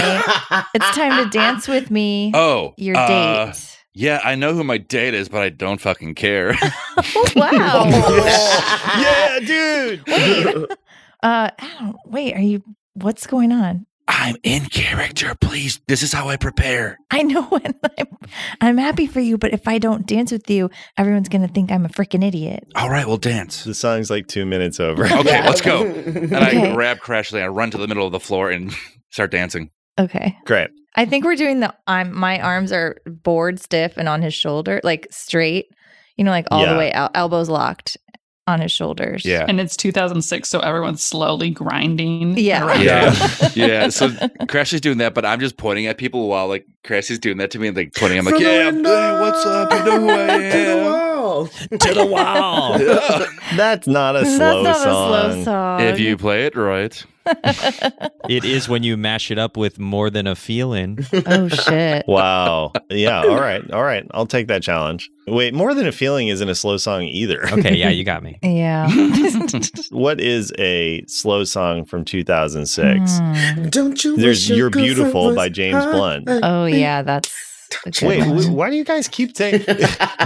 S1: it's time to dance with me.
S4: Oh,
S1: your
S4: uh,
S1: date.
S4: Yeah, I know who my date is, but I don't fucking care.
S1: Oh, wow.
S2: yeah, dude.
S1: wait. Uh, Adam, wait. Are you? What's going on?
S7: I'm in character, please. This is how I prepare.
S1: I know, and I'm, I'm happy for you. But if I don't dance with you, everyone's gonna think I'm a freaking idiot.
S7: All right, we'll dance.
S2: The song's like two minutes over.
S6: Oh.
S4: Okay, let's go. And
S1: Okay.
S4: I grab Crashly, I run to the middle of the floor and start dancing.
S1: Okay.
S2: Great.
S1: I think we're doing the. I'm. My arms are bored, stiff, and on his shoulder, like straight. You know, like all
S2: Yeah.
S1: the way out, elbows locked on his shoulders.
S2: Yeah.
S5: And it's 2006, so everyone's slowly grinding.
S1: Yeah.
S5: around.
S4: Yeah. Yeah, so Crashly's doing that, but I'm just pointing at people while like Crashly's doing that to me and like pointing. I'm like,
S3: From the
S4: yeah, I'm- hey, what's up? You know who I
S3: To the
S4: am.
S3: wall.
S6: to the wall.
S2: That's not a
S1: That's
S2: slow
S1: not a
S2: song.
S1: slow song.
S4: If you play it right,
S6: it is when you mash it up with more than a feeling.
S1: oh shit.
S2: Wow. Yeah. All right. All right. I'll take that challenge. Wait, more than a feeling isn't a slow song either.
S6: Okay, yeah, you got me.
S1: Yeah.
S2: What is a slow song from 2006?
S1: Mm.
S3: Don't you?
S2: There's
S3: wish your
S2: You're
S3: girlfriend
S2: Beautiful
S3: was
S2: by James
S3: hot
S2: Blunt.
S3: like
S1: Oh
S3: me?
S1: yeah, that's. a good
S2: Wait,
S1: one. Oh,
S2: wh- why do you guys keep saying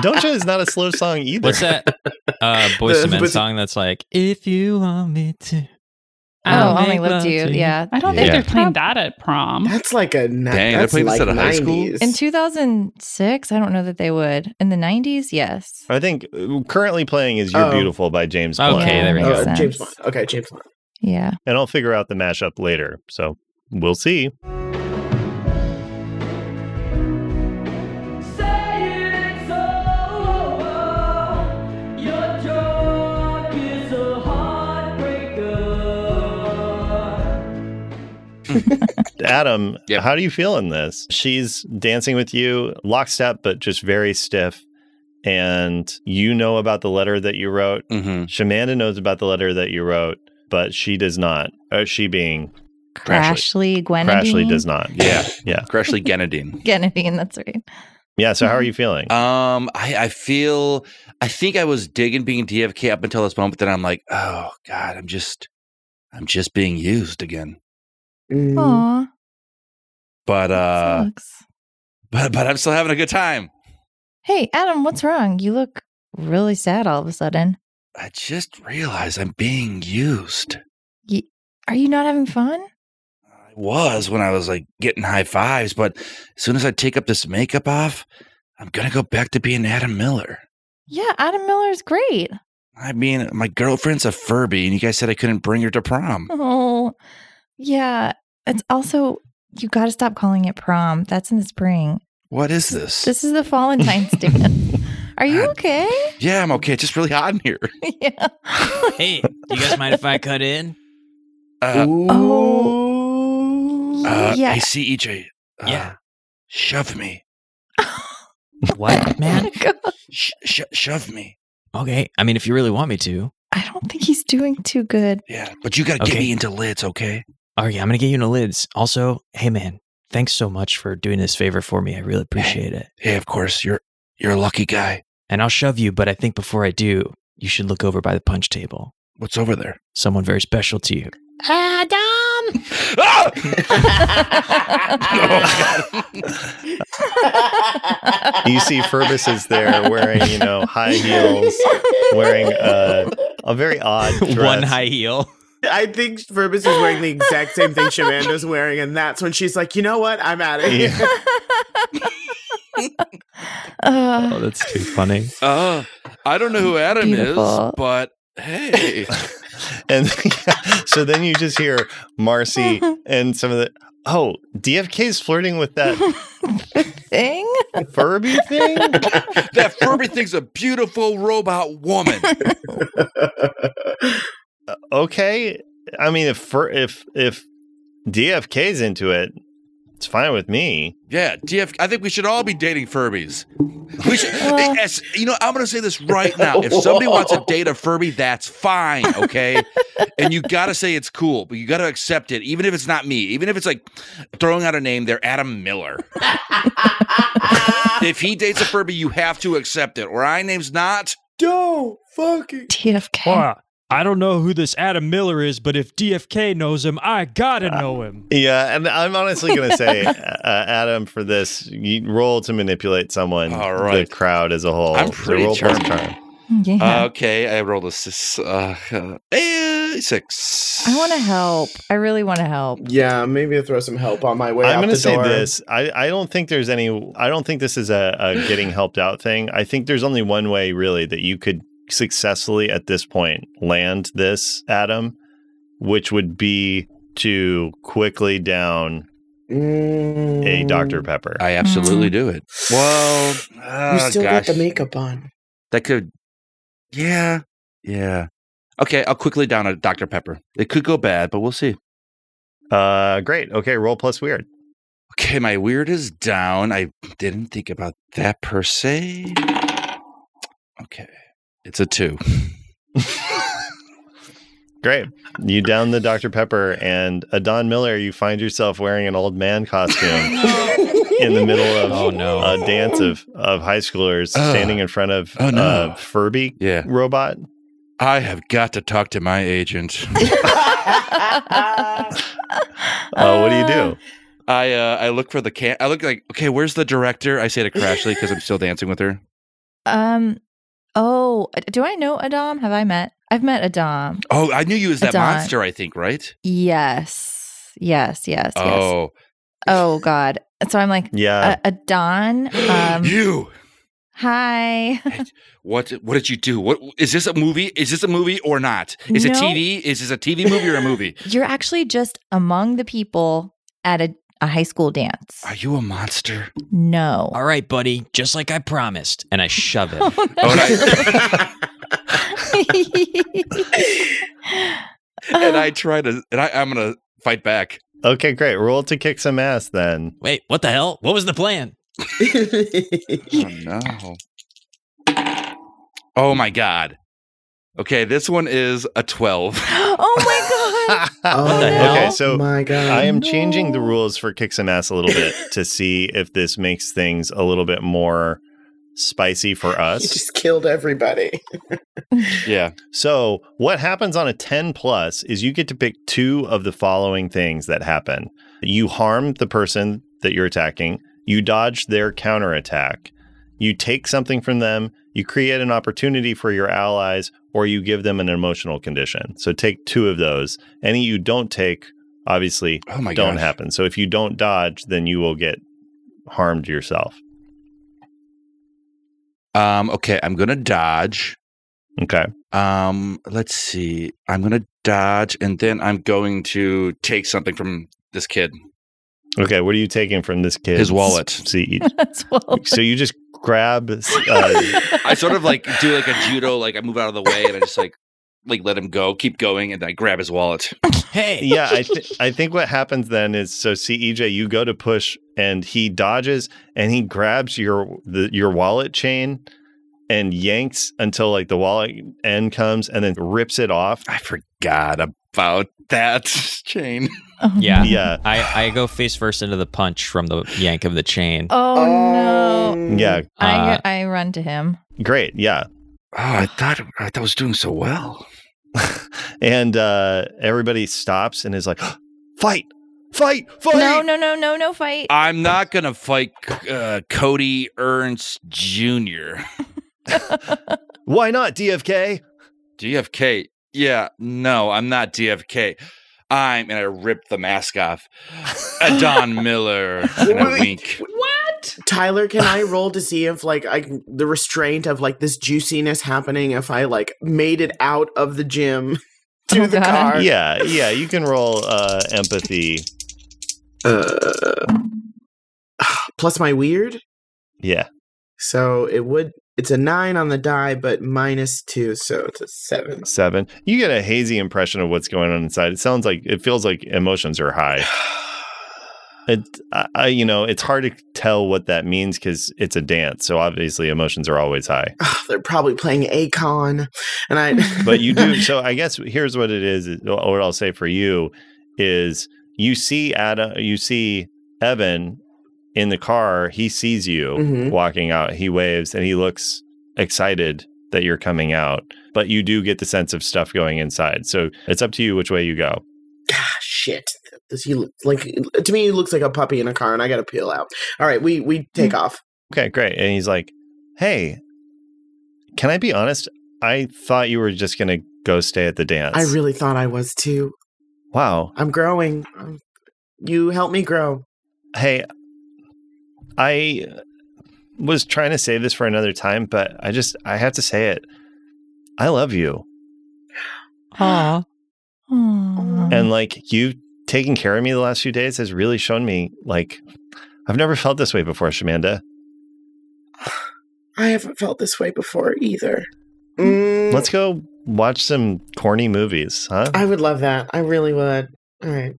S2: Don't you is not a slow song either?
S6: What's that uh,
S3: The-
S6: Boys to Men
S3: but-
S6: song that's like, if you want me to?
S1: Oh,
S5: I'll
S1: only
S6: make
S1: love
S6: love
S1: to you.
S6: to you.
S1: Yeah.
S5: I don't think
S4: Yeah.
S5: they're playing that at prom.
S3: That's like a ni-
S4: Dang, they
S3: that's
S4: played this
S3: like
S4: at a high school?
S3: 90s.
S1: In 2006, I don't know that they would. In the 90s, yes.
S2: I think uh, currently playing is You're
S3: Oh.
S2: Beautiful by James
S6: Okay,
S2: Blunt.
S1: Yeah,
S6: there we
S1: makes
S6: go.
S3: Oh, James
S1: sense.
S3: Blunt. Okay, James Blunt.
S1: Yeah.
S2: And I'll figure out the mashup later. So we'll see. Adam,
S4: Yep.
S2: how do you feel in this? She's dancing with you, lockstep, but just very stiff. And you know about the letter that you wrote.
S4: mm-hmm.
S2: Shamanda knows about the letter that you wrote, but she does not. Uh, she being
S1: Crashly, Gwenadine.
S2: Crashly does not.
S4: yeah,
S2: Yeah.
S4: Crashly Genadine.
S1: Gwenadine, that's right.
S2: Yeah. So how
S6: Mm-hmm.
S2: are you feeling?
S6: Uh,
S4: Um, I, I feel I think I was digging being DFK up until this moment. Then I'm like, oh god, I'm just I'm just being used again.
S2: Hmm.
S3: Mm.
S1: Aw,
S4: But uh,
S1: sucks.
S4: but but I'm still having a good time.
S1: Hey, Adam, what's wrong? You look really sad all of a sudden.
S4: I just realized I'm being used.
S1: Are you not having fun?
S4: I was when I was like getting high fives, but as soon as I take up this makeup off, I'm gonna go back to being Adam Miller.
S1: Yeah, Adam Miller's great.
S4: I mean, my girlfriend's a Furby, and you guys said I couldn't bring her to prom.
S1: Oh, yeah. It's also, you got to stop calling it prom. That's in the spring.
S4: What is this?
S1: This is the Valentine's Day. Are you okay?
S4: yeah, I'm okay. It's just really hot in here.
S1: yeah.
S6: Hey, do you guys mind if I cut in?
S4: Uh,
S1: Oh.
S4: uh,
S1: yeah.
S4: I see EJ. Uh,
S6: Yeah.
S4: Shove me.
S6: What, man?
S1: Oh God.
S4: Sh- sh- shove me.
S6: Okay, I mean, if you really want me to.
S1: I don't think he's doing too good.
S4: Yeah, but you gotta
S6: Okay.
S4: get me into lids, okay?
S6: Oh, yeah, I'm going to get you into lids. Also, hey, man, thanks so much for doing this favor for me. I really appreciate it.
S4: Hey, of course you're you're a lucky guy.
S6: And I'll shove you, but I think before I do, you should look over by the punch table.
S4: What's over there?
S6: Someone very special to you.
S1: Adam.
S4: Ah!
S6: Oh
S1: Mm.
S2: you see Furbus is there wearing, you know, high heels, wearing uh, a very odd dress.
S6: One high heel.
S3: I think Verbus is wearing the exact same thing Shamanda's wearing, and that's when she's like, you know what? I'm out of here.
S2: Yeah.
S8: Oh,
S1: Uh,
S6: that's too funny.
S4: Uh, I don't know who Adam
S1: Beautiful.
S4: is, but hey.
S2: And so then you just hear Marcy and some of the oh DFK's flirting with that
S1: thing.
S2: Furby thing.
S4: that Furby thing's a beautiful robot woman.
S2: Okay, I mean if Fur- if if DFK's into it, It's fine with me.
S4: Yeah, DF. I think we should all be dating Furbies. We should. yes, you know, I'm going to say this right now. If somebody wants to date a Furby, that's fine, okay? and you got to say it's cool, but you got to accept it, even if it's not me. Even if it's like throwing out a name, they're Adam Miller. if he dates a Furby, you have to accept it. Or I name's not.
S3: Don't fucking.
S1: TFK.
S8: Laura, I don't know who this Adam Miller is, but if DFK knows him, I gotta
S6: Ah.
S8: know him.
S2: Yeah, and I'm honestly going to say, uh, Adam, for this, you roll to manipulate someone,
S4: All right.
S2: the crowd as a whole.
S4: I'm
S2: So
S4: pretty
S2: roll plus
S4: charming.
S2: charm.
S1: Yeah.
S4: uh, Okay, I rolled a six. Uh, uh, eh, six.
S1: I want to help. I really want to help.
S3: Yeah, maybe I'll throw some help on my way
S2: I'm
S3: out
S2: going
S3: the
S2: to say
S3: door.
S2: this. I, I don't think there's any, I don't think this is a, a getting helped out thing. I think there's only one way, really, that you could successfully at this point land this, Adam, which would be to quickly down
S3: Mm.
S2: a Dr. Pepper.
S4: I absolutely
S1: Mm.
S4: do it. Well,
S3: You
S4: oh,
S3: still
S4: gosh.
S3: got the makeup on.
S4: that could. Yeah, yeah. Okay, I'll quickly down a Dr Pepper. It could go bad, but we'll see.
S2: Uh, great. Okay, roll plus weird.
S4: Okay, my weird is down. I didn't think about that per se. Okay, it's a two.
S2: Great. You down the Dr. Pepper and a Don Miller, you find yourself wearing an old man costume in the middle of
S6: Oh, no.
S2: a dance of, of high schoolers
S4: Ugh.
S2: standing in front of
S4: Oh, no.
S2: uh, Furby
S4: Yeah,
S2: robot.
S4: I have got to talk to my agent.
S2: Uh, what do you do?
S4: I uh, I look for the can. I look like okay, where's the director? I say to Crashly because I'm still dancing with her.
S1: Um. Oh, do I know Adam? Have I met? I've met Adam.
S4: Oh, I knew you was that
S1: Dot.
S4: monster. I think right.
S1: Yes. Yes. Yes. Yes.
S4: Oh,
S1: Oh God. So I'm like
S2: Yeah.
S1: uh, Adon. Um,
S4: you.
S1: hi.
S4: What what did you do? What is this a movie? Is this a movie or not? Is it
S1: No.
S4: TV? Is this a TV movie or a movie?
S1: You're actually just among the people at a, a high school dance.
S4: Are you a monster?
S1: No.
S6: All right, buddy, just like I promised. And I shove it.
S1: Oh,
S4: Oh, and I, and I try to and I, I'm gonna fight back.
S2: okay, great. Roll to kick some ass then.
S6: Wait, what the hell? What was the plan?
S4: Oh no. Oh my god. Okay, this one is a twelve.
S1: oh my God.
S3: oh,
S6: the hell?
S2: Okay, so
S3: my God.
S2: I am
S1: No.
S2: changing the rules for kick some ass a little bit to see if this makes things a little bit more spicy for
S3: You
S2: us.
S3: just killed everybody.
S4: Yeah.
S2: So, what happens on a 10 plus is you get to pick two of the following things that happen you harm the person that you're attacking, you dodge their counterattack, you take something from them, you create an opportunity for your allies, or you give them an emotional condition. So, take two of those. Any you don't take, obviously,
S4: Oh my
S2: don't
S4: gosh.
S2: happen. So, if you don't dodge, then you will get harmed yourself.
S4: Um, okay, I'm gonna dodge.
S2: Okay.
S4: Um, let's see. I'm gonna dodge and then I'm going to take something from this kid.
S2: Okay. What are you taking from this E kid?
S4: His wallet.
S2: See,
S1: That's well.
S2: so you just grab uh,
S4: I sort of like do like a judo, like I move out of the way and I just like like let him go, keep going, and I grab his wallet.
S8: Hey,
S2: yeah, I, th- I think what happens then is so CEJ, you go to push and he dodges and he grabs your the, your wallet chain and yanks until like the wallet end comes and then rips it off.
S4: I forgot about that chain.
S1: Oh,
S6: Yeah.
S2: Yeah.
S6: I, I go face first into the punch from the yank of the chain.
S1: Oh, no.
S3: Um,
S2: Yeah,
S1: Mm-hmm.
S6: Uh,
S1: I I run to him.
S2: great. Yeah.
S4: Oh, I thought I thought I was doing so well.
S2: And uh everybody stops and is like, "Fight! Fight! Fight!" Uh.
S1: No, no, no, no, no fight.
S4: I'm not gonna fight uh, Cody Ernst Jr.
S2: Why not, DFK?
S4: DFK. Yeah, no, I'm not DFK. I'm and I rip the mask off. A Don Miller and a wink.
S5: What?
S3: Tyler, can I roll to see if like I can- the restraint of like this juiciness happening if I like made it out of the gym to
S1: Oh,
S3: the
S1: God.
S3: car?
S2: Yeah, yeah, you can roll uh empathy.
S3: Uh, plus my weird.
S2: Yeah.
S3: So it would. It's a nine on the die, but minus two, so it's a seven.
S2: seven. You get a hazy impression of what's going on inside. It sounds like it feels like emotions are high. It, I, I, you know, it's hard to tell what that means because it's a dance. So obviously, emotions are always high.
S3: Oh, They're probably playing Akon, and I.
S2: But you do. so I guess here's what it is. What I'll say for you is, you see Adam, you see Evan in the car. He sees you
S3: Mhm.
S2: walking out. He waves and he looks excited that you're coming out. But you do get the sense of stuff going inside. So it's up to you which way you go.
S3: ah, shit. Does he look like to me? He looks like a puppy in a car, and I got to peel out. All right, we we
S1: Mm.
S3: take off.
S2: Okay, great. And he's like, "Hey, can I be honest? I thought you were just gonna go stay at the dance.
S3: I really thought I was too.
S2: wow.
S3: I'm growing. I'm- You help me grow.
S2: Hey, I was trying to save this for another time, but I just I have to say it. I love you,
S6: Aw.
S3: Mm-hmm.
S2: and like you taking care of me the last few days has really shown me like I've never felt this way before, Shamanda.
S3: I haven't felt this way before either. Mm,
S2: Let's go watch some corny movies, huh?
S3: I would love that. I really would. All right.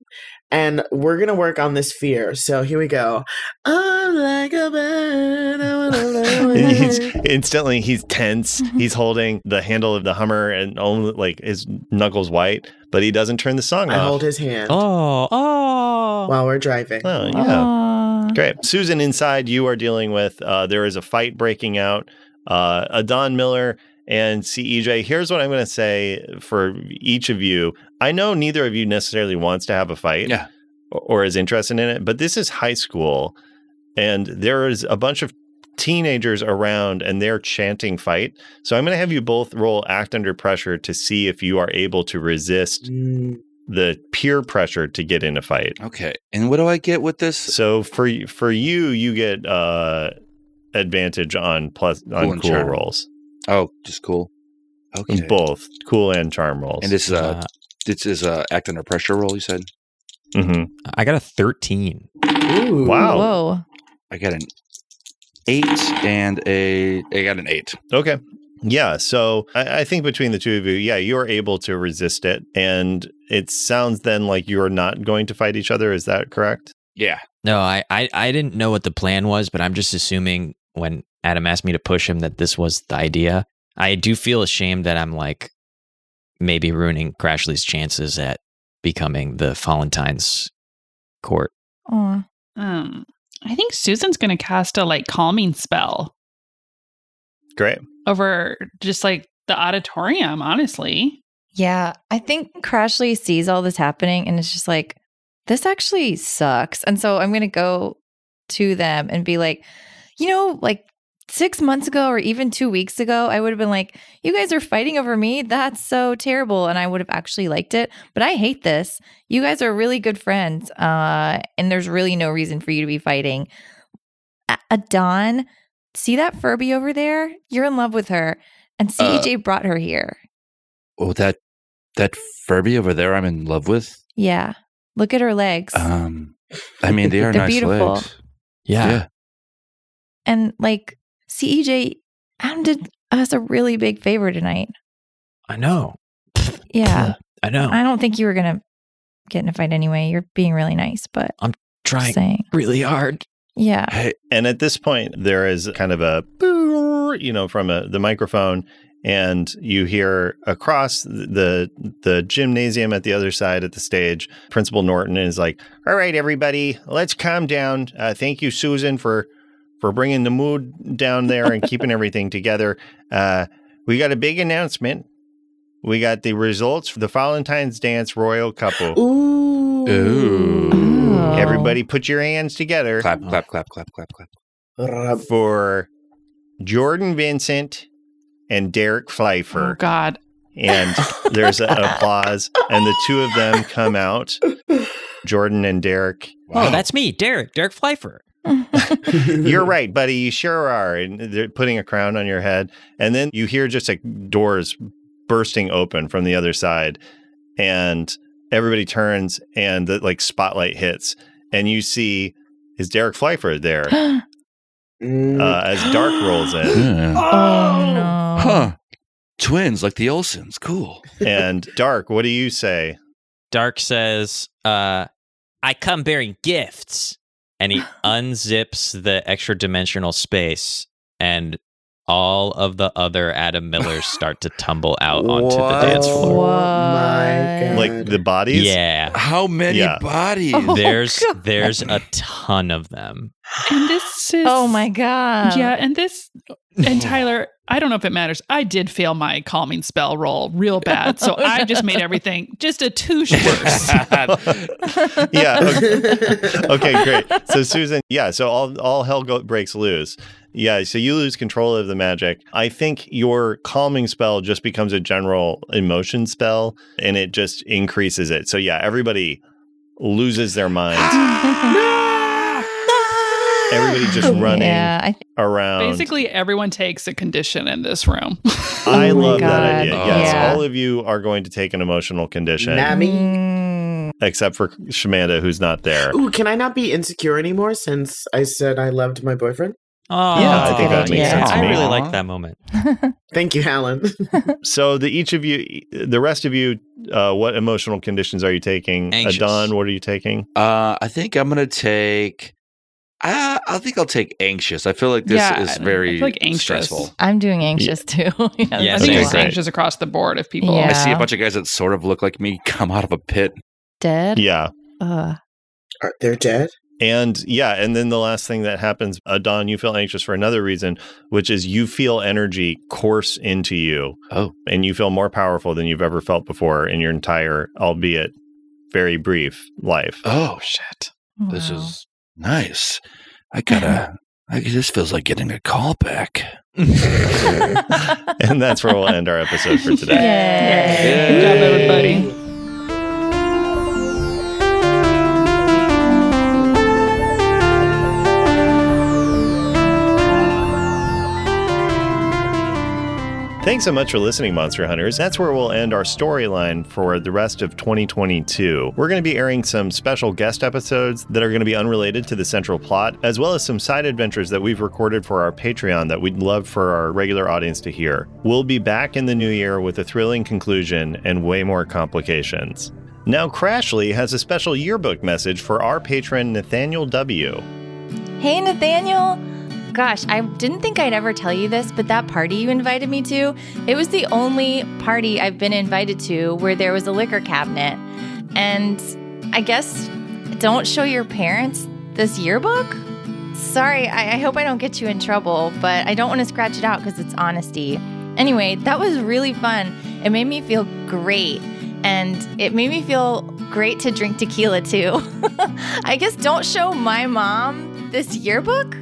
S3: And we're going to work on this fear. So here we go. I'm like a bird. I wanna
S2: And
S3: love
S2: he's
S3: it.
S2: instantly he's tense. He's holding the handle of the Hummer and only like his knuckles white, but he doesn't turn the song
S3: I
S2: off.
S3: hold his hand
S6: Oh, oh.
S3: while we're driving.
S2: oh yeah, great. Susan, inside you are dealing with. Uh, there is a fight breaking out. Uh, Adon Miller and CEJ. Here's what I'm going to say for each of you. I know neither of you necessarily wants to have a fight.
S4: Yeah.
S2: Or is interested in it, but this is high school, and there is a bunch of teenagers around, and they're chanting "fight." So I'm going to have you both roll act under pressure to see if you are able to resist
S3: Mm,
S2: the peer pressure to get in a fight.
S4: Okay. And what do I get with this?
S2: So for y- for you, you get uh, advantage on plus on
S4: Cool
S2: cool,
S4: and charm.
S2: rolls,
S4: Oh, just cool. Okay.
S2: both cool and charm rolls.
S4: And this is
S6: Uh,
S4: a this is a act under pressure roll. You said
S2: Mhm.
S6: I got a 13.
S3: ooh.
S2: Wow.
S1: Whoa.
S4: I got an eight and a I got an eight.
S2: Okay. Yeah. So I, I think between the two of you, yeah, you're able to resist it, and it sounds then like you're not going to fight each other. Is that correct?
S4: Yeah.
S6: No, I, I, I didn't know what the plan was, but I'm just assuming when Adam asked me to push him that this was the idea. I do feel ashamed that I'm like maybe ruining Crashly's chances at becoming the Valentine's court.
S1: Aw.
S5: Um, I think Susan's going to cast a like calming spell
S2: Great.
S5: over just like the auditorium, honestly.
S1: Yeah, I think Crashly sees all this happening and it's just like, this actually sucks. And so I'm going to go to them and be like, you know, like six months ago or even two weeks ago, I would have been like, you guys are fighting over me. That's so terrible. And I would have actually liked it, but I hate this. You guys are really good friends. Uh, and there's really no reason for you to be fighting. A- Adon, see that Furby over there? You're in love with her. And CEJ brought her here.
S4: Oh, that that Furby over there, I'm in love with.
S1: Yeah. Look at her legs.
S2: Uh-huh.
S4: Um, I mean they are
S1: They're
S4: nice
S1: beautiful.
S4: legs.
S6: Yeah.
S1: and like E CEJ Adam did us a really big favor tonight.
S6: I know.
S1: Yeah.
S6: I know.
S1: I don't think you were gonna get in a fight anyway. You're being really nice, but just
S6: trying
S1: saying.
S6: really hard.
S1: Yeah.
S4: Hey,
S2: And at this point, there is kind of a, you know, from a, the microphone, and you hear across the the gymnasium at the other side at the stage, Principal Norton is like, "All right, everybody, let's calm down. Uh, thank you, Susan, for for bringing the mood down there and keeping everything together. Uh, we got a big announcement. We got the results for the Valentine's Dance Royal Couple.
S3: Ooh. Ah.
S1: Ooh.
S2: Everybody, put your hands together."
S4: clap, clap, clap, clap, clap, clap.
S3: Rub-
S2: for Jordan Vincent and Derek
S5: Oh
S2: Pfeiffer.
S5: God.
S2: and there's a, an applause, and the two of them come out. Jordan and Derek.
S6: Oh, that's me, Derek, Derek Pfeiffer.
S2: You're right, buddy. You sure are. And they're putting a crown on your head. And then you hear just like doors bursting open from the other side. And everybody turns and the like spotlight hits. And you see is Derek Pfeiffer there
S1: Oh,
S3: Mm.
S2: uh, as dark rolls in.
S4: Yeah.
S1: oh no.
S4: Huh. Twins like the Olsons. Cool.
S2: And Dark, what do you say?
S6: Dark says, uh, I come bearing gifts. And he unzips the extra dimensional space, and all of the other Adam Millers start to tumble out onto the dance
S3: Oh
S6: floor.
S3: my God.
S2: Like the bodies?
S6: Yeah.
S4: How many
S2: Yeah.
S4: bodies?
S1: Oh,
S6: there's
S1: God.
S6: there's a ton of them.
S5: And this is
S1: Oh my god.
S5: Yeah, and this and Tyler, I don't know if it matters. I did fail my calming spell roll real bad, so I just made everything just a touche worse.
S2: yeah. Okay. okay, great. So Susan, yeah, so all all hell go- breaks loose. Yeah, so you lose control of the magic. I think your calming spell just becomes a general emotion spell and it just increases it. So yeah, everybody loses their minds. Everybody just running
S1: Yeah, I think
S2: around.
S5: Basically, everyone takes a condition in this room.
S2: I
S1: Oh my
S2: love that
S1: God.
S2: idea.
S4: Oh.
S2: Yes,
S1: Yeah.
S2: all of you are going to take an emotional condition
S3: Nah. I
S1: mean,
S2: except for Shamanda who's not there.
S3: Ooh, can I not be insecure anymore since I said I loved my boyfriend?
S6: Oh,
S1: Yeah, I think that makes sense to
S6: I
S1: me.
S6: really like
S4: Aw.
S6: that moment.
S1: Mm.
S3: Thank you, Alan.
S2: So the each of you, the rest of you, uh, what emotional conditions are you taking?
S6: Anxious.
S2: Adon, what are you taking?
S4: Uh, I think I'm gonna take. I I think I'll take anxious. I feel like this
S5: Yeah, I
S4: is
S5: feel
S4: very
S5: like anxious.
S4: stressful.
S1: I'm doing anxious too. yeah,
S6: Yeah,
S5: I
S1: that's
S5: think
S1: a
S5: it's
S1: lot.
S2: great.
S5: anxious across the board if people.
S1: Yeah.
S4: I see a bunch of guys that sort of look like me come out of a pit.
S1: dead.
S2: Yeah,
S1: Ugh.
S3: Are they dead?
S2: and yeah, and then the last thing that happens, Adon, you feel anxious for another reason, which is you feel energy course into you.
S4: Oh.
S2: and you feel more powerful than you've ever felt before in your entire, albeit very brief, life.
S4: Oh shit! This
S1: Wow.
S4: is nice. I gotta. I, this feels like getting a call back.
S2: and that's where we'll end our episode for today.
S1: Yay.
S5: Good job, everybody.
S2: Thanks so much for listening, Monster Hunters. That's where we'll end our storyline for the rest of 2022. We're going to be airing some special guest episodes that are going to be unrelated to the central plot, as well as some side adventures that we've recorded for our Patreon that we'd love for our regular audience to hear. We'll be back in the new year with a thrilling conclusion and way more complications. Now, Crashly has a special yearbook message for our patron, Nathaniel W.
S1: Hey, Nathaniel. Gosh, I didn't think I'd ever tell you this, but that party you invited me to, it was the only party I've been invited to where there was a liquor cabinet. And I guess don't show your parents this yearbook? Sorry, I, I hope I don't get you in trouble, but I don't want to scratch it out because it's honesty. Anyway, that was really fun. It made me feel great. And it made me feel great to drink tequila too. I guess don't show my mom this yearbook?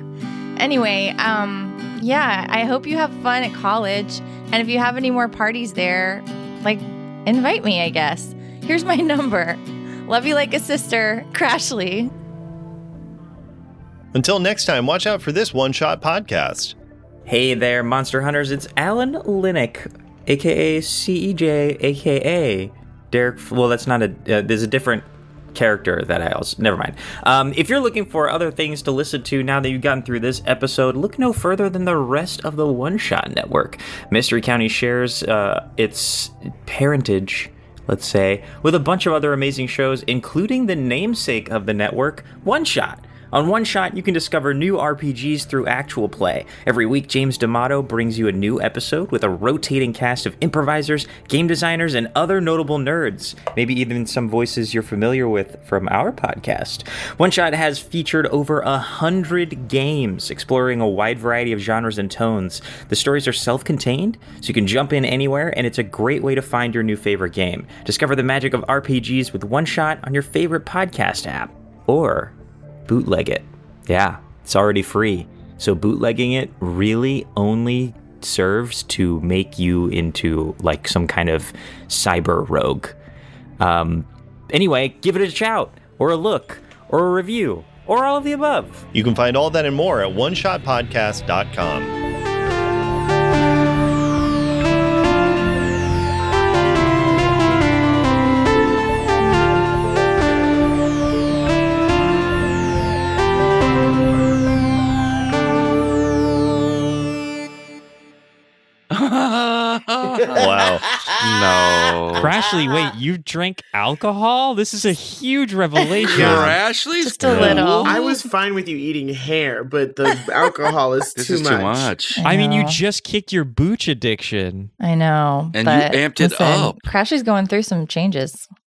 S1: Anyway, um, yeah, I hope you have fun at college. And if you have any more parties there, like, invite me, I guess. Here's my number. Love you like a sister, Crashly.
S2: Until next time, watch out for this one shot podcast.
S11: Hey there, Monster Hunters. It's Alan Linick, aka CEJ, aka Derek. F- Well, that's not a. Uh, there's a different character that I also. Never mind. Um, if you're looking for other things to listen to now that you've gotten through this episode, look no further than the rest of the One Shot Network. Mystery County shares uh, its parentage let's say, with a bunch of other amazing shows, including the namesake of the network, One Shot. On One Shot, you can discover new RPGs through actual play. Every week, James D'Amato brings you a new episode with a rotating cast of improvisers, game designers, and other notable nerds. Maybe even some voices you're familiar with from our podcast. One Shot has featured over a hundred games, exploring a wide variety of genres and tones. The stories are self contained, so you can jump in anywhere, and it's a great way to find your new favorite game. Discover the magic of RPGs with One Shot on your favorite podcast app, or bootleg it. Yeah, it's already free. So bootlegging it really only serves to make you into like some kind of cyber rogue. Um, anyway, give it a shout, or a look, or a review, or all of the above.
S2: You can find all that and more at oneshotpodcast.com. Wow.
S4: No.
S6: Crash
S11: Ashley, wait, you drink alcohol? This is a huge revelation.
S4: You're Ashley's Just
S1: a little.
S3: I was fine with you eating hair, but the alcohol is
S4: Oh. This
S3: too
S4: is
S3: much.
S4: too much.
S11: I mean, you
S1: know.
S11: just kicked your booch addiction.
S1: I know.
S4: And you
S1: but
S4: amped it
S1: listen,
S4: up.
S1: Crashy's going through some changes.
S10: oh,